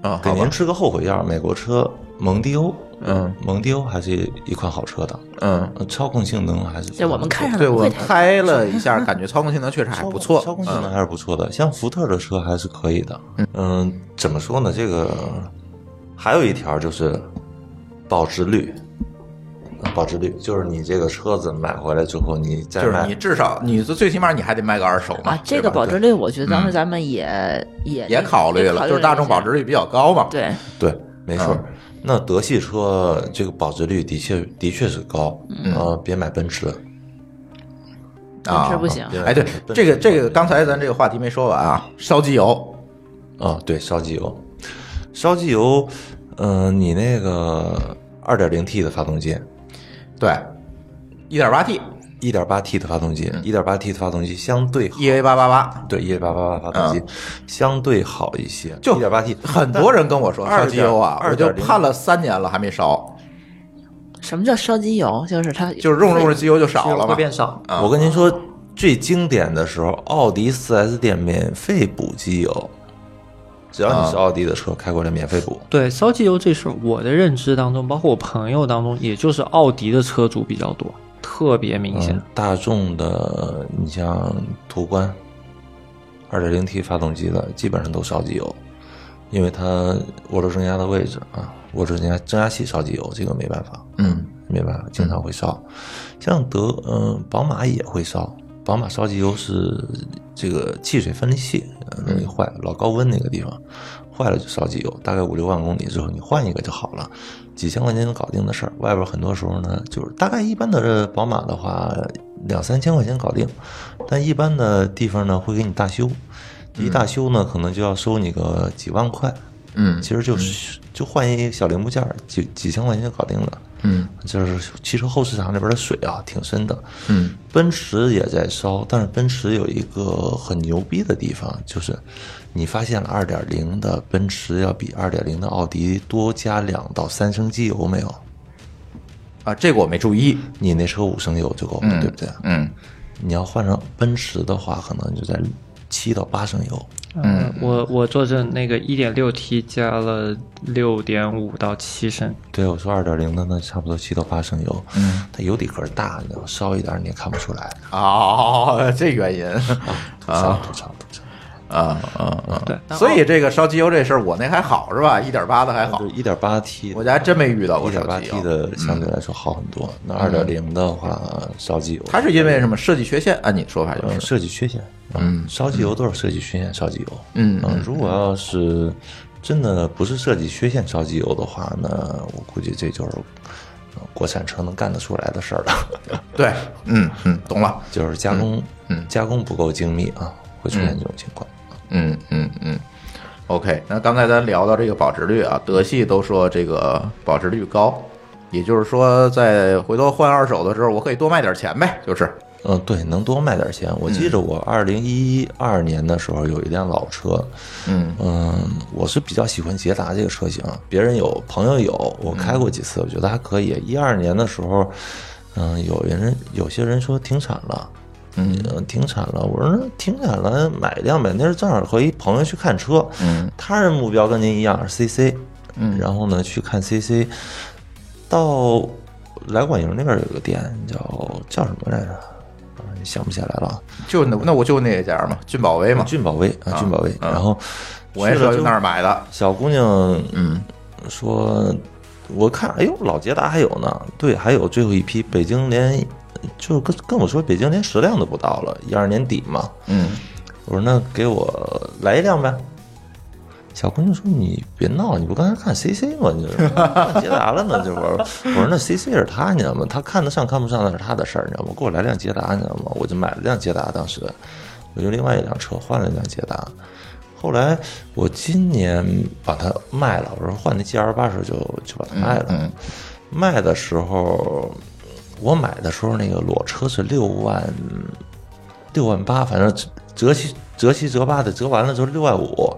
Speaker 3: 啊，
Speaker 5: 给
Speaker 3: 好
Speaker 5: 您
Speaker 3: 吧，
Speaker 5: 吃个后悔药，美国车蒙迪欧，
Speaker 3: 嗯，
Speaker 5: 蒙迪欧还是一款好车的，
Speaker 3: 嗯，
Speaker 5: 呃操控性能还是
Speaker 6: 这我们看上
Speaker 3: 对
Speaker 6: 的不
Speaker 3: 我
Speaker 6: 会太
Speaker 3: 开了一下，感觉操控性能确实还不错，
Speaker 5: 操控操控性
Speaker 3: 嗯
Speaker 5: 能还是不错的。像福特的车还是可以的。嗯，怎么说呢？这个还有一条就是保值率，保值率就是你这个车子买回来之后，你再
Speaker 3: 就是
Speaker 5: 卖
Speaker 3: 你至少你最最起码你还得卖个二手嘛
Speaker 6: 啊，，这个
Speaker 3: 对吧
Speaker 6: 保值率，我觉得当时
Speaker 3: 嗯
Speaker 6: 咱们也也
Speaker 3: 也考虑了，就是大众保值
Speaker 6: 率
Speaker 3: 率比啊较高嘛，
Speaker 6: 对
Speaker 5: 对，没错。
Speaker 3: 嗯
Speaker 5: 那德系车这个保值率的确的确是高，
Speaker 3: 嗯
Speaker 5: 呃，别买奔驰，
Speaker 3: 啊
Speaker 6: 奔驰不行，
Speaker 5: 别买
Speaker 3: 哎，对
Speaker 5: 奔驰，
Speaker 3: 这个
Speaker 5: 奔驰
Speaker 3: 这个，刚才咱这个话题没说完啊，烧机油，
Speaker 5: 啊，对，烧机油，烧机油，嗯、你那个二点零 T 的发动机，
Speaker 3: 对，一点八 T，
Speaker 5: 一点八 T 的发动机，
Speaker 3: 嗯
Speaker 5: 一点八 T 的发动机相对好
Speaker 3: EA 八八八，
Speaker 5: 对，一点八八八发动机、相对好一些，
Speaker 3: 就
Speaker 5: 一点八 T。
Speaker 3: 很多人跟我说
Speaker 5: 但
Speaker 3: 烧机油啊，
Speaker 5: 2.0
Speaker 3: 我就盼了三年了还没烧，
Speaker 6: 什么叫烧机油？就是它
Speaker 3: 就是用着用着机油就少了
Speaker 4: 会
Speaker 3: 嘛，
Speaker 4: 变少，
Speaker 3: 啊
Speaker 5: 我跟您说，最经典的时候，奥迪 4S 店免费补机油，只要你是奥迪的车，开过来免费补。
Speaker 4: 对，烧机油这事儿，我的认知当中，包括我朋友当中，也就是奥迪的车主比较多，特别明显
Speaker 5: 嗯。，大众的，你像途观，二点零 T 发动机的，基本上都烧机油，因为它涡轮增压的位置啊，涡轮增压增压器烧机油，这个没办法，
Speaker 3: 嗯，
Speaker 5: 呃没办法，经常会烧。像德，嗯、宝马也会烧，宝马烧机油是这个汽水分离器呃容
Speaker 3: 嗯
Speaker 5: 易坏，老高温那个地方坏了就烧机油，大概五六万公里之后你换一个就好了，几千块钱能搞定的事儿。外边很多时候呢，就是大概一般的宝马的话两三千块钱搞定，但一般的地方呢会给你大修，一大修呢可能就要收你个几万块，
Speaker 3: 嗯
Speaker 5: 其实就是就换一小零部件儿几几千块钱就搞定了。
Speaker 3: 嗯
Speaker 5: 就是汽车后市场里边的水啊，挺深的。
Speaker 3: 嗯，
Speaker 5: 奔驰也在烧，但是奔驰有一个很牛逼的地方，就是你发现了2.0的奔驰要比2.0的奥迪多加两到三升机油没有？
Speaker 3: 啊，这个我没注意，
Speaker 5: 你那车五升油就够了，
Speaker 3: 嗯
Speaker 5: 对不对？
Speaker 3: 嗯
Speaker 5: 你要换成奔驰的话，可能就在七到八升油。
Speaker 3: 嗯
Speaker 7: 我我坐证那个一点六 T 加了六点五到七升，
Speaker 5: 对，我说2.0的那差不多七到八升油，
Speaker 3: 嗯，
Speaker 5: 它油底壳大，你知道，烧一点你也看不出来。
Speaker 3: 哦，这原因
Speaker 5: 吐槽吐槽吐槽，
Speaker 3: 啊啊啊！
Speaker 7: 对，
Speaker 3: 所以这个烧机油这事儿，我那还好是吧？一点八的还好
Speaker 5: 就，一点八 T 的
Speaker 3: 我家还真没遇到过
Speaker 5: 一点
Speaker 3: 烧
Speaker 5: 八
Speaker 3: 机
Speaker 5: T
Speaker 3: 油。
Speaker 5: 的相
Speaker 3: 嗯
Speaker 5: 对来说好很多，那二点零的话烧机油，
Speaker 3: 它是因为什么设计缺陷？按你说法就
Speaker 5: 呃
Speaker 3: 是，
Speaker 5: 设计缺陷，
Speaker 3: 嗯
Speaker 5: 烧机油都是设计缺陷烧机油，
Speaker 3: 嗯
Speaker 5: 嗯，如果要是真的不是设计缺陷烧机油的话，那我估计这就是呃国产车能干得出来的事儿了，
Speaker 3: 对，嗯嗯，懂了，
Speaker 5: 就是加工，
Speaker 3: 嗯
Speaker 5: 加工不够精密啊，会出现这种情况。
Speaker 3: 嗯嗯嗯。OK，那刚才咱聊到这个保值率啊，德系都说这个保值率高，也就是说，在回头换二手的时候，我可以多卖点钱呗，就是，
Speaker 5: 嗯，对，能多卖点钱。我
Speaker 3: 嗯
Speaker 5: 记着我二零一二年的时候有一辆老车，
Speaker 3: 嗯
Speaker 5: 嗯，我是比较喜欢捷达这个车型，别人有，朋友有，我开过几
Speaker 3: 嗯
Speaker 5: 次，我觉得还可以。一二年的时候，嗯，有人有些人说停产了，嗯，停产了，我说那停产了，买一辆呗。那是正好和一朋友去看车，
Speaker 3: 嗯，
Speaker 5: 他人目标跟您一样是 CC，
Speaker 3: 嗯
Speaker 5: 然后呢去看 CC，到来广营那边有个店叫叫什么来着？啊想不起来了啊。
Speaker 3: 就那那我就那家嘛，君宝威嘛，
Speaker 5: 俊宝威
Speaker 3: 啊
Speaker 5: 啊，俊宝威。
Speaker 3: 啊
Speaker 5: 然后
Speaker 3: 我也
Speaker 5: 去
Speaker 3: 是
Speaker 5: 了
Speaker 3: 在
Speaker 5: 之后
Speaker 3: 那儿买的，
Speaker 5: 小姑娘
Speaker 3: 嗯
Speaker 5: 说，我看，哎呦，老捷达还有呢，对，还有最后一批，北京连，就是跟跟我说北京连十辆都不到了，一二年底嘛。
Speaker 3: 嗯
Speaker 5: 我说那给我来一辆呗。小姑娘说：“你别闹，你不刚才看 CC 吗？ 你这看捷达了呢？这会儿我说那 CC 是他，你知道吗？他看得上看不上那是他的事儿，你知道吗？给我来辆捷达，你知道吗？我就买了辆捷达，当时我就另外一辆车换了一辆捷达。后来我今年把它卖了，我说换那 G L 八时候就就把它卖了。
Speaker 3: 嗯
Speaker 5: 卖的时候，我买的时候那个裸车是六万六万八，反正折七折七折八的折完了之后六万五。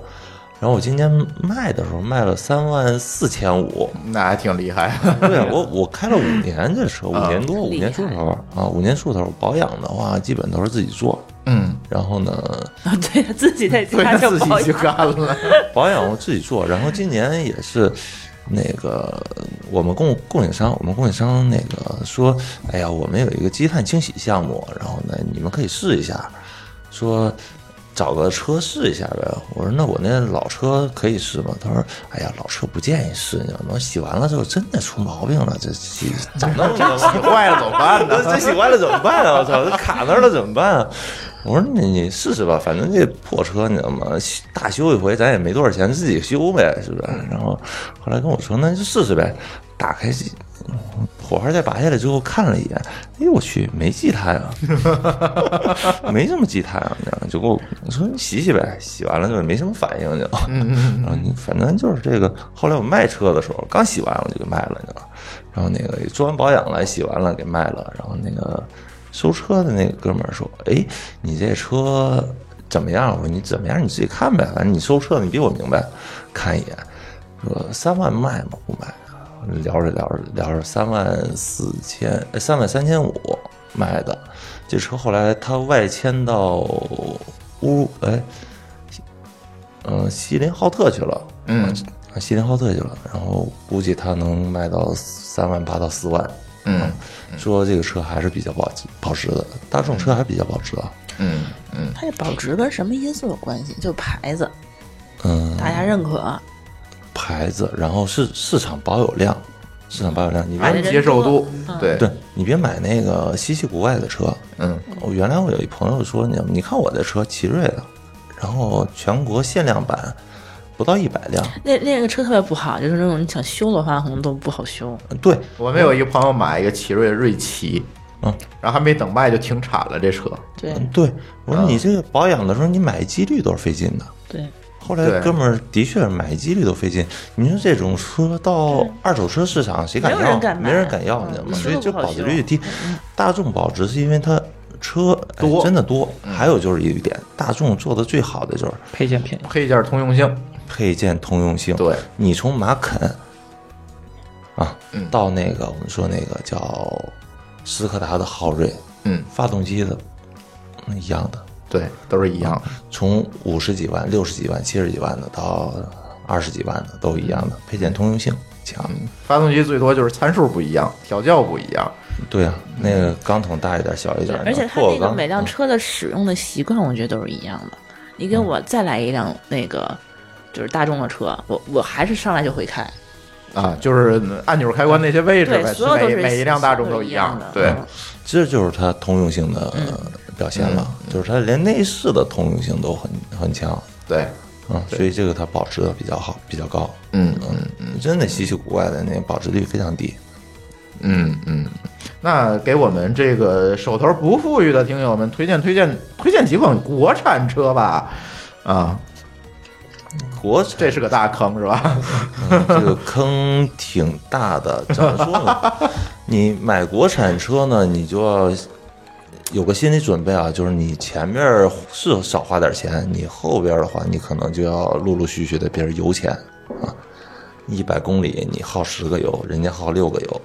Speaker 5: 然后我今年卖的时候卖了三万四千五，
Speaker 3: 那还挺厉害，
Speaker 5: 对啊，我我开了五年这车，五年多，五
Speaker 6: 厉
Speaker 5: 年出头啊，五年出头保养的话，基本都是自己做。
Speaker 3: 嗯，
Speaker 5: 然后呢，
Speaker 6: 对自己在
Speaker 3: 对
Speaker 6: 家就
Speaker 3: 自己
Speaker 6: 保
Speaker 3: 去
Speaker 6: 养，
Speaker 3: 干了，
Speaker 5: 保养我自己做，然后今年也是。那个，我们供供应商，我们供应商那个说，哎呀，我们有一个积碳清洗项目，然后呢，你们可以试一下，说找个车试一下呗。我说那我那老车可以试吗？他说，哎呀，老车不建议试，你知道吗？洗完了之后真的出毛病了，这这长那么多
Speaker 3: 你坏了怎么办 呢？
Speaker 5: 这洗坏了怎么办啊？我操，这卡那儿了怎么办啊？我说你你试试吧，反正这破车你知道吗？大修一回咱也没多少钱，自己修呗，是不是？然后后来跟我说那就试试呗。打开火花再拔下来之后看了一眼，哎我去没积碳啊，没什么积碳啊，你知道吗？就给我我说你洗洗呗，洗完了就没什么反应就，然后你反正就是这个。后来我卖车的时候，刚洗完我就给卖了，你知道吗？然后那个也做完保养了，洗完了给卖了。然后那个收车的那个哥们儿说：“哎，你这车怎么样？”我说：“你怎么样你自己看呗，反正你收车你比我明白。”看一眼，说三万卖吗？不卖。聊着聊着聊着，三万四千，三万三千五卖的。这车后来他外迁到乌哎，嗯、锡林浩特去了。
Speaker 3: 嗯
Speaker 5: 啊，锡林浩特去了，然后估计他能卖到三万八到四万。
Speaker 3: 嗯
Speaker 5: 说这个车还是比较保值保值的，大众车还比较保值啊。
Speaker 3: 嗯嗯，
Speaker 8: 它这保值跟什么因素有关系？就牌子，
Speaker 5: 嗯，
Speaker 8: 大家认可。啊
Speaker 5: 牌子，然后市市场保有量，市场保有量，你别
Speaker 3: 安接受度，对
Speaker 5: 对，你别买那个稀奇古怪的车。
Speaker 3: 嗯，
Speaker 5: 我原来我有一朋友说，你你看我的车，奇瑞的，然后全国限量版不到一百辆。
Speaker 8: 那那个车特别不好，就是那种你想修的话，可能都不好修。
Speaker 5: 对，
Speaker 3: 我们有一个朋友买一个奇瑞瑞奇，
Speaker 5: 嗯，
Speaker 3: 然后还没等卖就停产了这车，
Speaker 8: 对
Speaker 5: 对，我说
Speaker 3: 嗯
Speaker 5: 你这个保养的时候，你买几率都是费劲的。
Speaker 8: 对，
Speaker 5: 后来
Speaker 3: 对
Speaker 5: 哥们儿的确买几率都费劲。你说这种车到二手车市场谁敢要？
Speaker 6: 嗯没有人敢买
Speaker 5: 没人敢要，你知道
Speaker 6: 嗯
Speaker 5: 吗？所以
Speaker 6: 车
Speaker 5: 这
Speaker 6: 都不好嗯
Speaker 5: 保值率低。大众保值是因为它车哎
Speaker 3: 多嗯
Speaker 5: 真的多。还有就是一点，大众做的最好的就是
Speaker 7: 配件便宜。
Speaker 3: 配件通用性，
Speaker 5: 配件通用性。
Speaker 3: 对，
Speaker 5: 你从马肯啊
Speaker 3: 嗯，
Speaker 5: 到那个我们说那个叫斯柯达的昊锐，
Speaker 3: 嗯，
Speaker 5: 发动机的嗯一样的，
Speaker 3: 对，都是一样的，
Speaker 5: 从五十几万、六十几万、七十几万的到二十几万的都一样的，配件通用性强。
Speaker 8: 嗯
Speaker 3: 发动机最多就是参数不一样，调教不一样，
Speaker 5: 对啊，那个钢筒大一点、小一点，
Speaker 8: 而且
Speaker 5: 能
Speaker 8: 它
Speaker 5: 破
Speaker 8: 那个
Speaker 5: 缸
Speaker 8: 每辆
Speaker 5: 嗯
Speaker 8: 车的使用的习惯，我觉得都是一样的。你
Speaker 3: 嗯
Speaker 8: 给我再来一辆那个就是大众的车，我我还是上来就会开。
Speaker 3: 啊，就是按钮开关那些位置
Speaker 8: 对
Speaker 3: 呗，
Speaker 8: 所有都
Speaker 3: 每
Speaker 8: 是
Speaker 3: 每一辆大众都
Speaker 8: 一
Speaker 3: 样，
Speaker 8: 的。
Speaker 3: 对，
Speaker 8: 嗯
Speaker 5: 这就是它通用性的表现了，
Speaker 8: 嗯
Speaker 5: 就是它连内饰的通用性都很很强。
Speaker 3: 对，
Speaker 5: 嗯，
Speaker 3: 对
Speaker 5: 所以这个它保值的比较好，比较高。
Speaker 3: 嗯嗯。
Speaker 5: 嗯，真的稀奇古怪的，那保值率非常低。
Speaker 3: 嗯，嗯，那给我们这个手头不富裕的听友们推荐推荐推荐几款国产车吧。啊，
Speaker 5: 国产
Speaker 3: 这是个大坑是吧？
Speaker 5: 嗯这个坑挺大的，怎么说呢？你买国产车呢，你就要有个心理准备啊，就是你前面是少花点钱，你后边的话，你可能就要陆陆续续的变成油钱啊。一百公里你耗十个油，人家耗六个油，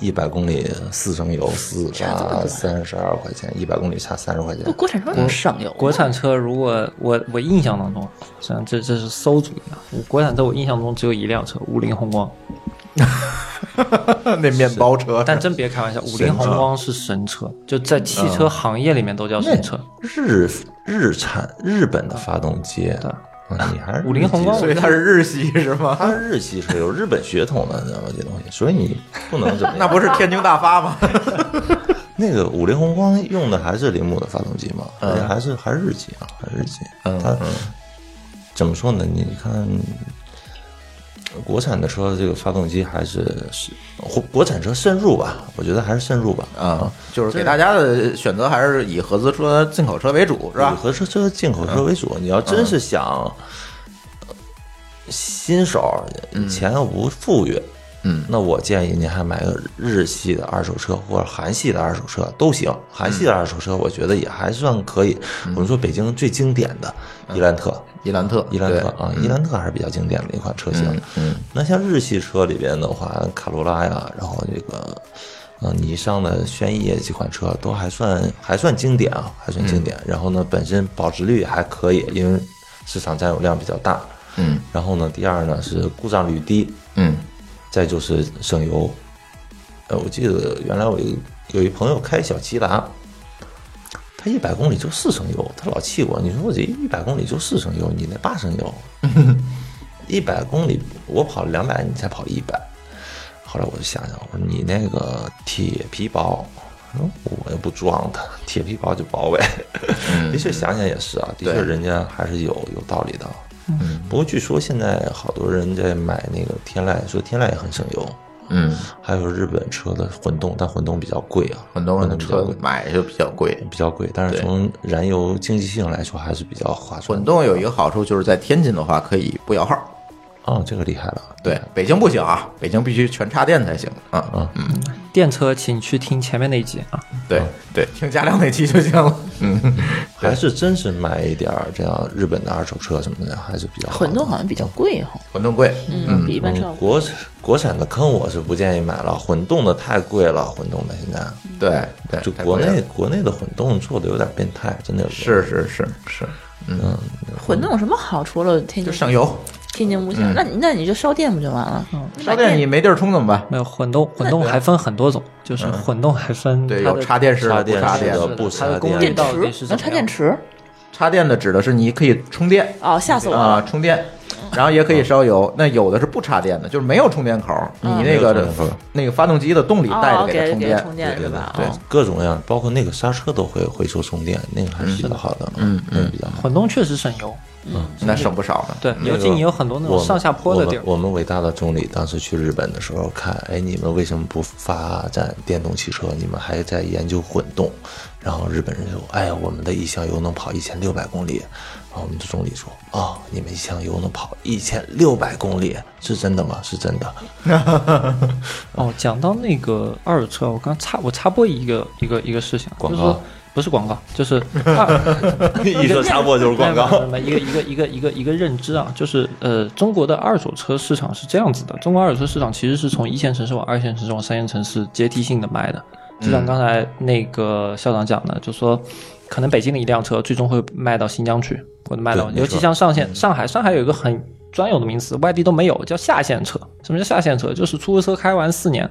Speaker 5: 一百公里四升油四八三十二块钱，一百公里差三十块钱
Speaker 8: 不，。国产车能省油吗？
Speaker 4: 国产车如果我我印象当中，啊像这这是馊主意啊！我国产车我印象中只有一辆车，五菱宏光。
Speaker 3: 那面包车，
Speaker 4: 但真别开玩笑，五菱宏光是神车，就在汽车行业里面都叫神车。
Speaker 5: 日日产日本的发动机，嗯，你还是
Speaker 4: 五菱宏光
Speaker 5: 日
Speaker 3: 所
Speaker 5: 籍
Speaker 3: 以它是日系是吗？
Speaker 5: 它日系是有日本血统的，你知道吗？这东西，所以你不能 怎么样。
Speaker 3: 那不是天津大发吗？
Speaker 5: 那个五菱宏光用的还是铃木的发动机嘛？而且还是还是日系啊，还是日系。
Speaker 3: 嗯
Speaker 5: 它怎么说呢？你看，国产的车这个发动机还是是国国产车慎入吧，我觉得还是慎入吧。
Speaker 3: 啊，就是给大家的选择还是以合资车、进口车为主是
Speaker 5: 以
Speaker 3: 吧？嗯
Speaker 5: 合资车、进口车为主。你要真是想、新手，钱又不富裕，
Speaker 3: 嗯
Speaker 5: 那我建议您还买个日系的二手车或者韩系的二手车都行。韩系
Speaker 3: 嗯
Speaker 5: 的二手车我觉得也还算可以。我们说北京最经典的伊兰特，
Speaker 3: 伊兰特，
Speaker 5: 伊兰特
Speaker 3: 嗯对
Speaker 5: 啊，伊兰特还是比较经典的一款车型。
Speaker 3: 嗯，
Speaker 5: 那像日系车里边的话，卡罗拉呀，然后这个呃尼桑的轩逸啊几款车都还算还算经典啊，还算经典。然后呢，本身保值率也还可以，因为市场占有量比较大。
Speaker 3: 嗯
Speaker 5: 然后呢，第二呢是故障率低，
Speaker 3: 嗯
Speaker 5: 再就是省油。呃，我记得原来我有有一朋友开小骐达，他一百公里就四升油，他老气我，你说我这一百公里就四升油，你那八升油，一百公里我跑两百，你才跑一百。后来我就想想，我说你那个铁皮薄，嗯我又不装它，铁皮薄就薄呗。 的确想想也是啊，的确
Speaker 3: 对
Speaker 5: 人家还是有有道理的。啊不过据说现在好多人在买那个天籁，说天籁也很省油，
Speaker 3: 嗯，
Speaker 5: 还有日本车的混动，但混动比较贵啊，
Speaker 3: 很多人的
Speaker 5: 混动
Speaker 3: 车
Speaker 5: 比较贵
Speaker 3: 买就比较贵，
Speaker 5: 比较贵，但是
Speaker 3: 对
Speaker 5: 从燃油经济性来说还是比较划算
Speaker 3: 混
Speaker 5: 的。
Speaker 3: 动有一个好处就是在天津的话可以不摇号，
Speaker 5: 啊，这个厉害了，
Speaker 3: 对，
Speaker 4: 嗯
Speaker 3: 北京不行啊，北京必须全插电才行啊。嗯嗯，
Speaker 4: 电车请去听前面那一集啊。
Speaker 3: 对对，听加量那期就行了。嗯，
Speaker 5: 还是真是买一点儿这样日本的二手车什么的，还是比较好的
Speaker 8: 混动好像比较贵哈，
Speaker 3: 混动贵，
Speaker 8: 嗯，比一般车要
Speaker 5: 嗯，
Speaker 8: 贵。
Speaker 5: 国国产的坑我是不建议买了，混动的太贵了，混动的现在
Speaker 3: 对对，
Speaker 5: 就
Speaker 3: 太
Speaker 5: 国
Speaker 3: 贵了
Speaker 5: 内国内的混动做的有点变态，真的有点
Speaker 3: 是是是是，
Speaker 8: 混动有什么好？除了天津
Speaker 6: 嗯
Speaker 3: 就省油，
Speaker 8: 天津不行，
Speaker 4: 嗯
Speaker 8: 那你那你就烧电不就完了？嗯，
Speaker 3: 烧电你没地儿充怎么办？
Speaker 4: 没有混动，混动还分很多种，就是混动还分
Speaker 3: 对，
Speaker 4: 它
Speaker 3: 有
Speaker 4: 的
Speaker 3: 插电式的、
Speaker 5: 插
Speaker 3: 不
Speaker 5: 电
Speaker 3: 插
Speaker 5: 式
Speaker 3: 电
Speaker 5: 的
Speaker 3: 的。
Speaker 5: 不
Speaker 4: 它
Speaker 5: 插
Speaker 4: 的功
Speaker 5: 电
Speaker 4: 率
Speaker 5: 的，
Speaker 4: 到底
Speaker 8: 池
Speaker 4: 是怎
Speaker 8: 能
Speaker 4: 么
Speaker 8: 插
Speaker 4: 样
Speaker 8: 电池？
Speaker 3: 插电的指的是你可以充电
Speaker 8: 哦，吓死我
Speaker 3: 啊，
Speaker 8: 了！
Speaker 3: 充电。然后也可以烧油。那有的是不插电的，就是没有充电口，你那个的
Speaker 5: 没有充电口
Speaker 3: 那个发动机的动力带
Speaker 6: 嗯
Speaker 3: 着它
Speaker 6: 哦给
Speaker 3: 充
Speaker 6: 给
Speaker 3: 电
Speaker 6: 充，
Speaker 5: 对
Speaker 6: 电是
Speaker 5: 的
Speaker 6: 吧？，
Speaker 5: 对
Speaker 6: 哦，
Speaker 5: 各种各样，包括那个刹车都会回收充电，那个还是比较好的，
Speaker 3: 嗯
Speaker 5: 那个比较好。
Speaker 4: 混动确实省油，
Speaker 3: 那省不少呢。
Speaker 4: 对，
Speaker 5: 那个
Speaker 4: 尤其你有很多那种
Speaker 5: 我们
Speaker 4: 上下坡的地儿。
Speaker 5: 我们我们伟大的总理当时去日本的时候看，哎，你们为什么不发展电动汽车？你们还在研究混动。然后日本人就说，哎呀，我们的一箱油能跑一千六百公里。然后我们的总理说，哦，你们一箱油能跑一千六百公里，是真的吗？是真的。
Speaker 4: 哦，讲到那个二手车，我刚插我插播一个一个一个事情，
Speaker 5: 广
Speaker 4: 就是
Speaker 5: 告
Speaker 4: 说不是广告，就是二
Speaker 5: 一说插播就是广告。
Speaker 4: 没有没有没有一个一个一个一个一个认知啊，就是呃，中国的二手车市场是这样子的，中国二手车市场其实是从一线城市往二线城市往三线城市阶梯性的卖的，就像刚才那个校长讲的，就说。可能北京的一辆车最终会卖到新疆去，或者卖到，
Speaker 5: 对没
Speaker 4: 尤其
Speaker 5: 错
Speaker 4: 像上线上海，上海有一个很专有的名词，外地都没有，叫下线车。什么叫下线车？就是出租车开完四年，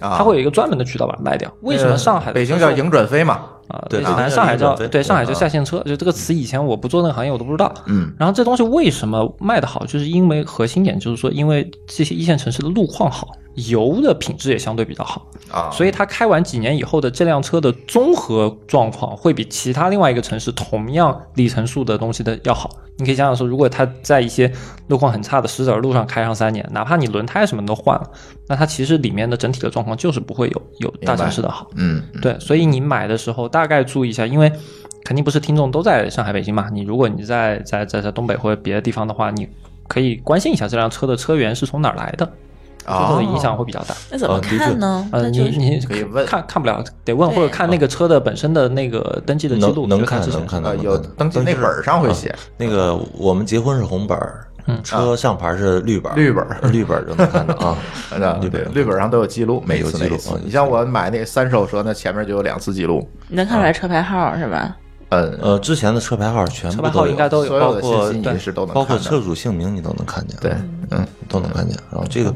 Speaker 3: 啊，
Speaker 4: 它会有一个专门的渠道把它卖掉。为什么上海的
Speaker 3: 北京
Speaker 4: 车售
Speaker 3: 叫迎转飞嘛？
Speaker 4: 啊？
Speaker 5: 对
Speaker 4: 北
Speaker 5: 它
Speaker 4: 南
Speaker 5: 叫
Speaker 4: 上海
Speaker 5: 迎转
Speaker 4: 叫
Speaker 5: 飞
Speaker 4: 对上海叫
Speaker 5: 对啊
Speaker 4: 下线车，就这个词以前我不做那个行业我都不知道。
Speaker 3: 嗯，
Speaker 4: 然后这东西为什么卖得好，就是因为核心点就是说，因为这些一线城市的路况好，油的品质也相对比较好，
Speaker 3: 啊，
Speaker 4: 所以它开完几年以后的这辆车的综合状况会比其他另外一个城市同样里程数的东西的要好。你可以想想说，如果它在一些路况很差的石子儿路上开上三年，哪怕你轮胎什么都换了，那它其实里面的整体的状况就是不会有有大城市的好。
Speaker 3: 嗯，
Speaker 4: 对，所以你买的时候大概注意一下，因为肯定不是听众都在上海、北京嘛。你如果你在在在在东北或者别的地方的话，你可以关心一下这辆车的车源是从哪儿来的，最
Speaker 3: 啊
Speaker 4: 后的影响会比较大。
Speaker 8: 那怎么
Speaker 5: 啊的确
Speaker 8: 看呢？
Speaker 4: 呃，
Speaker 8: 那就
Speaker 4: 你你
Speaker 3: 可以问
Speaker 4: 看看不了，得问
Speaker 8: 对
Speaker 4: 或者看那个车的本身的那个登记的记录，
Speaker 5: 能
Speaker 4: 就
Speaker 5: 能看
Speaker 4: 之前
Speaker 5: 能看到
Speaker 3: 呃，有登记那本儿上会写
Speaker 5: 啊
Speaker 3: 嗯啊
Speaker 5: 那个我们结婚是红本儿，车上牌是绿本儿，
Speaker 3: 绿本儿，
Speaker 5: 绿本儿就能看到啊
Speaker 3: 啊，
Speaker 5: 绿
Speaker 3: 对
Speaker 5: 本，儿
Speaker 3: 绿本上都有记录，每
Speaker 5: 有
Speaker 3: 次
Speaker 5: 记
Speaker 3: 那
Speaker 5: 录
Speaker 3: 一次
Speaker 5: 啊有
Speaker 3: 你像我买那三手车，那前面就有两次记录，
Speaker 8: 你能
Speaker 4: 啊
Speaker 8: 看出来车牌号是吧？
Speaker 3: 嗯，
Speaker 5: 呃，之前的车牌号全
Speaker 4: 车
Speaker 5: 部
Speaker 4: 牌
Speaker 5: 都
Speaker 4: 号应该都
Speaker 3: 所
Speaker 4: 有，
Speaker 3: 有
Speaker 4: 包
Speaker 3: 的
Speaker 4: 括
Speaker 3: 信息
Speaker 4: 对
Speaker 3: 你是都能
Speaker 5: 包括
Speaker 3: 看的
Speaker 5: 车主姓名你都能看见，啊
Speaker 3: 对，嗯，
Speaker 5: 都能看见。然后这个，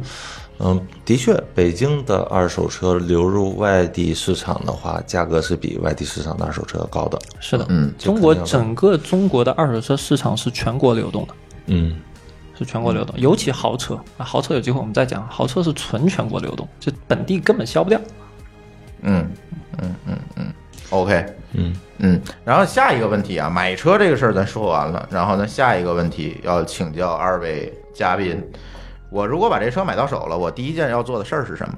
Speaker 5: 嗯，的确，北京的二手车流入外地市场的话，价格是比外地市场的二手车要高的。
Speaker 4: 是的，
Speaker 3: 嗯
Speaker 4: 中
Speaker 5: 肯
Speaker 4: 国
Speaker 5: 定要
Speaker 4: 整个中国的二手车市场是全国流动的。
Speaker 5: 嗯，
Speaker 4: 是全国流
Speaker 3: 嗯
Speaker 4: 动，尤其豪车啊，豪车有机会我们再讲，豪车是纯全国流动，就本地根本销不掉。
Speaker 3: 嗯嗯嗯嗯，OK，
Speaker 5: 嗯
Speaker 3: 嗯，然后下一个问题啊，买车这个事儿咱说完了，然后呢，下一个问题要请教二位嘉宾，我如果把这车买到手了，我第一件要做的事儿是什么？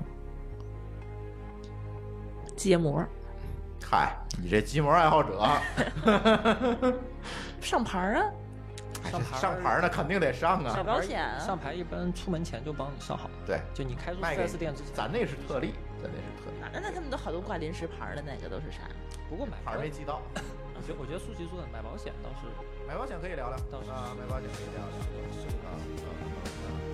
Speaker 8: 揭膜
Speaker 3: 嗨，你这机模爱好者，
Speaker 4: 哎
Speaker 8: 上牌儿啊，
Speaker 3: 上牌上牌儿呢肯定得上
Speaker 8: 小
Speaker 3: 啊，
Speaker 8: 保险啊，
Speaker 4: 上牌一般出门前就帮你上好，
Speaker 3: 对，
Speaker 4: 就你开出
Speaker 3: 卖给
Speaker 4: 4S 店之前，
Speaker 3: 咱那是特例，咱那是特例，
Speaker 8: 那那他们都好多挂临时牌儿的，那个都是啥？
Speaker 4: 不过买
Speaker 3: 牌儿没记到，
Speaker 4: 我觉得我觉得舒淇说的买保险倒是
Speaker 3: 买保险可以聊聊
Speaker 4: 倒是
Speaker 3: 啊啊，买保险可以聊聊。啊啊啊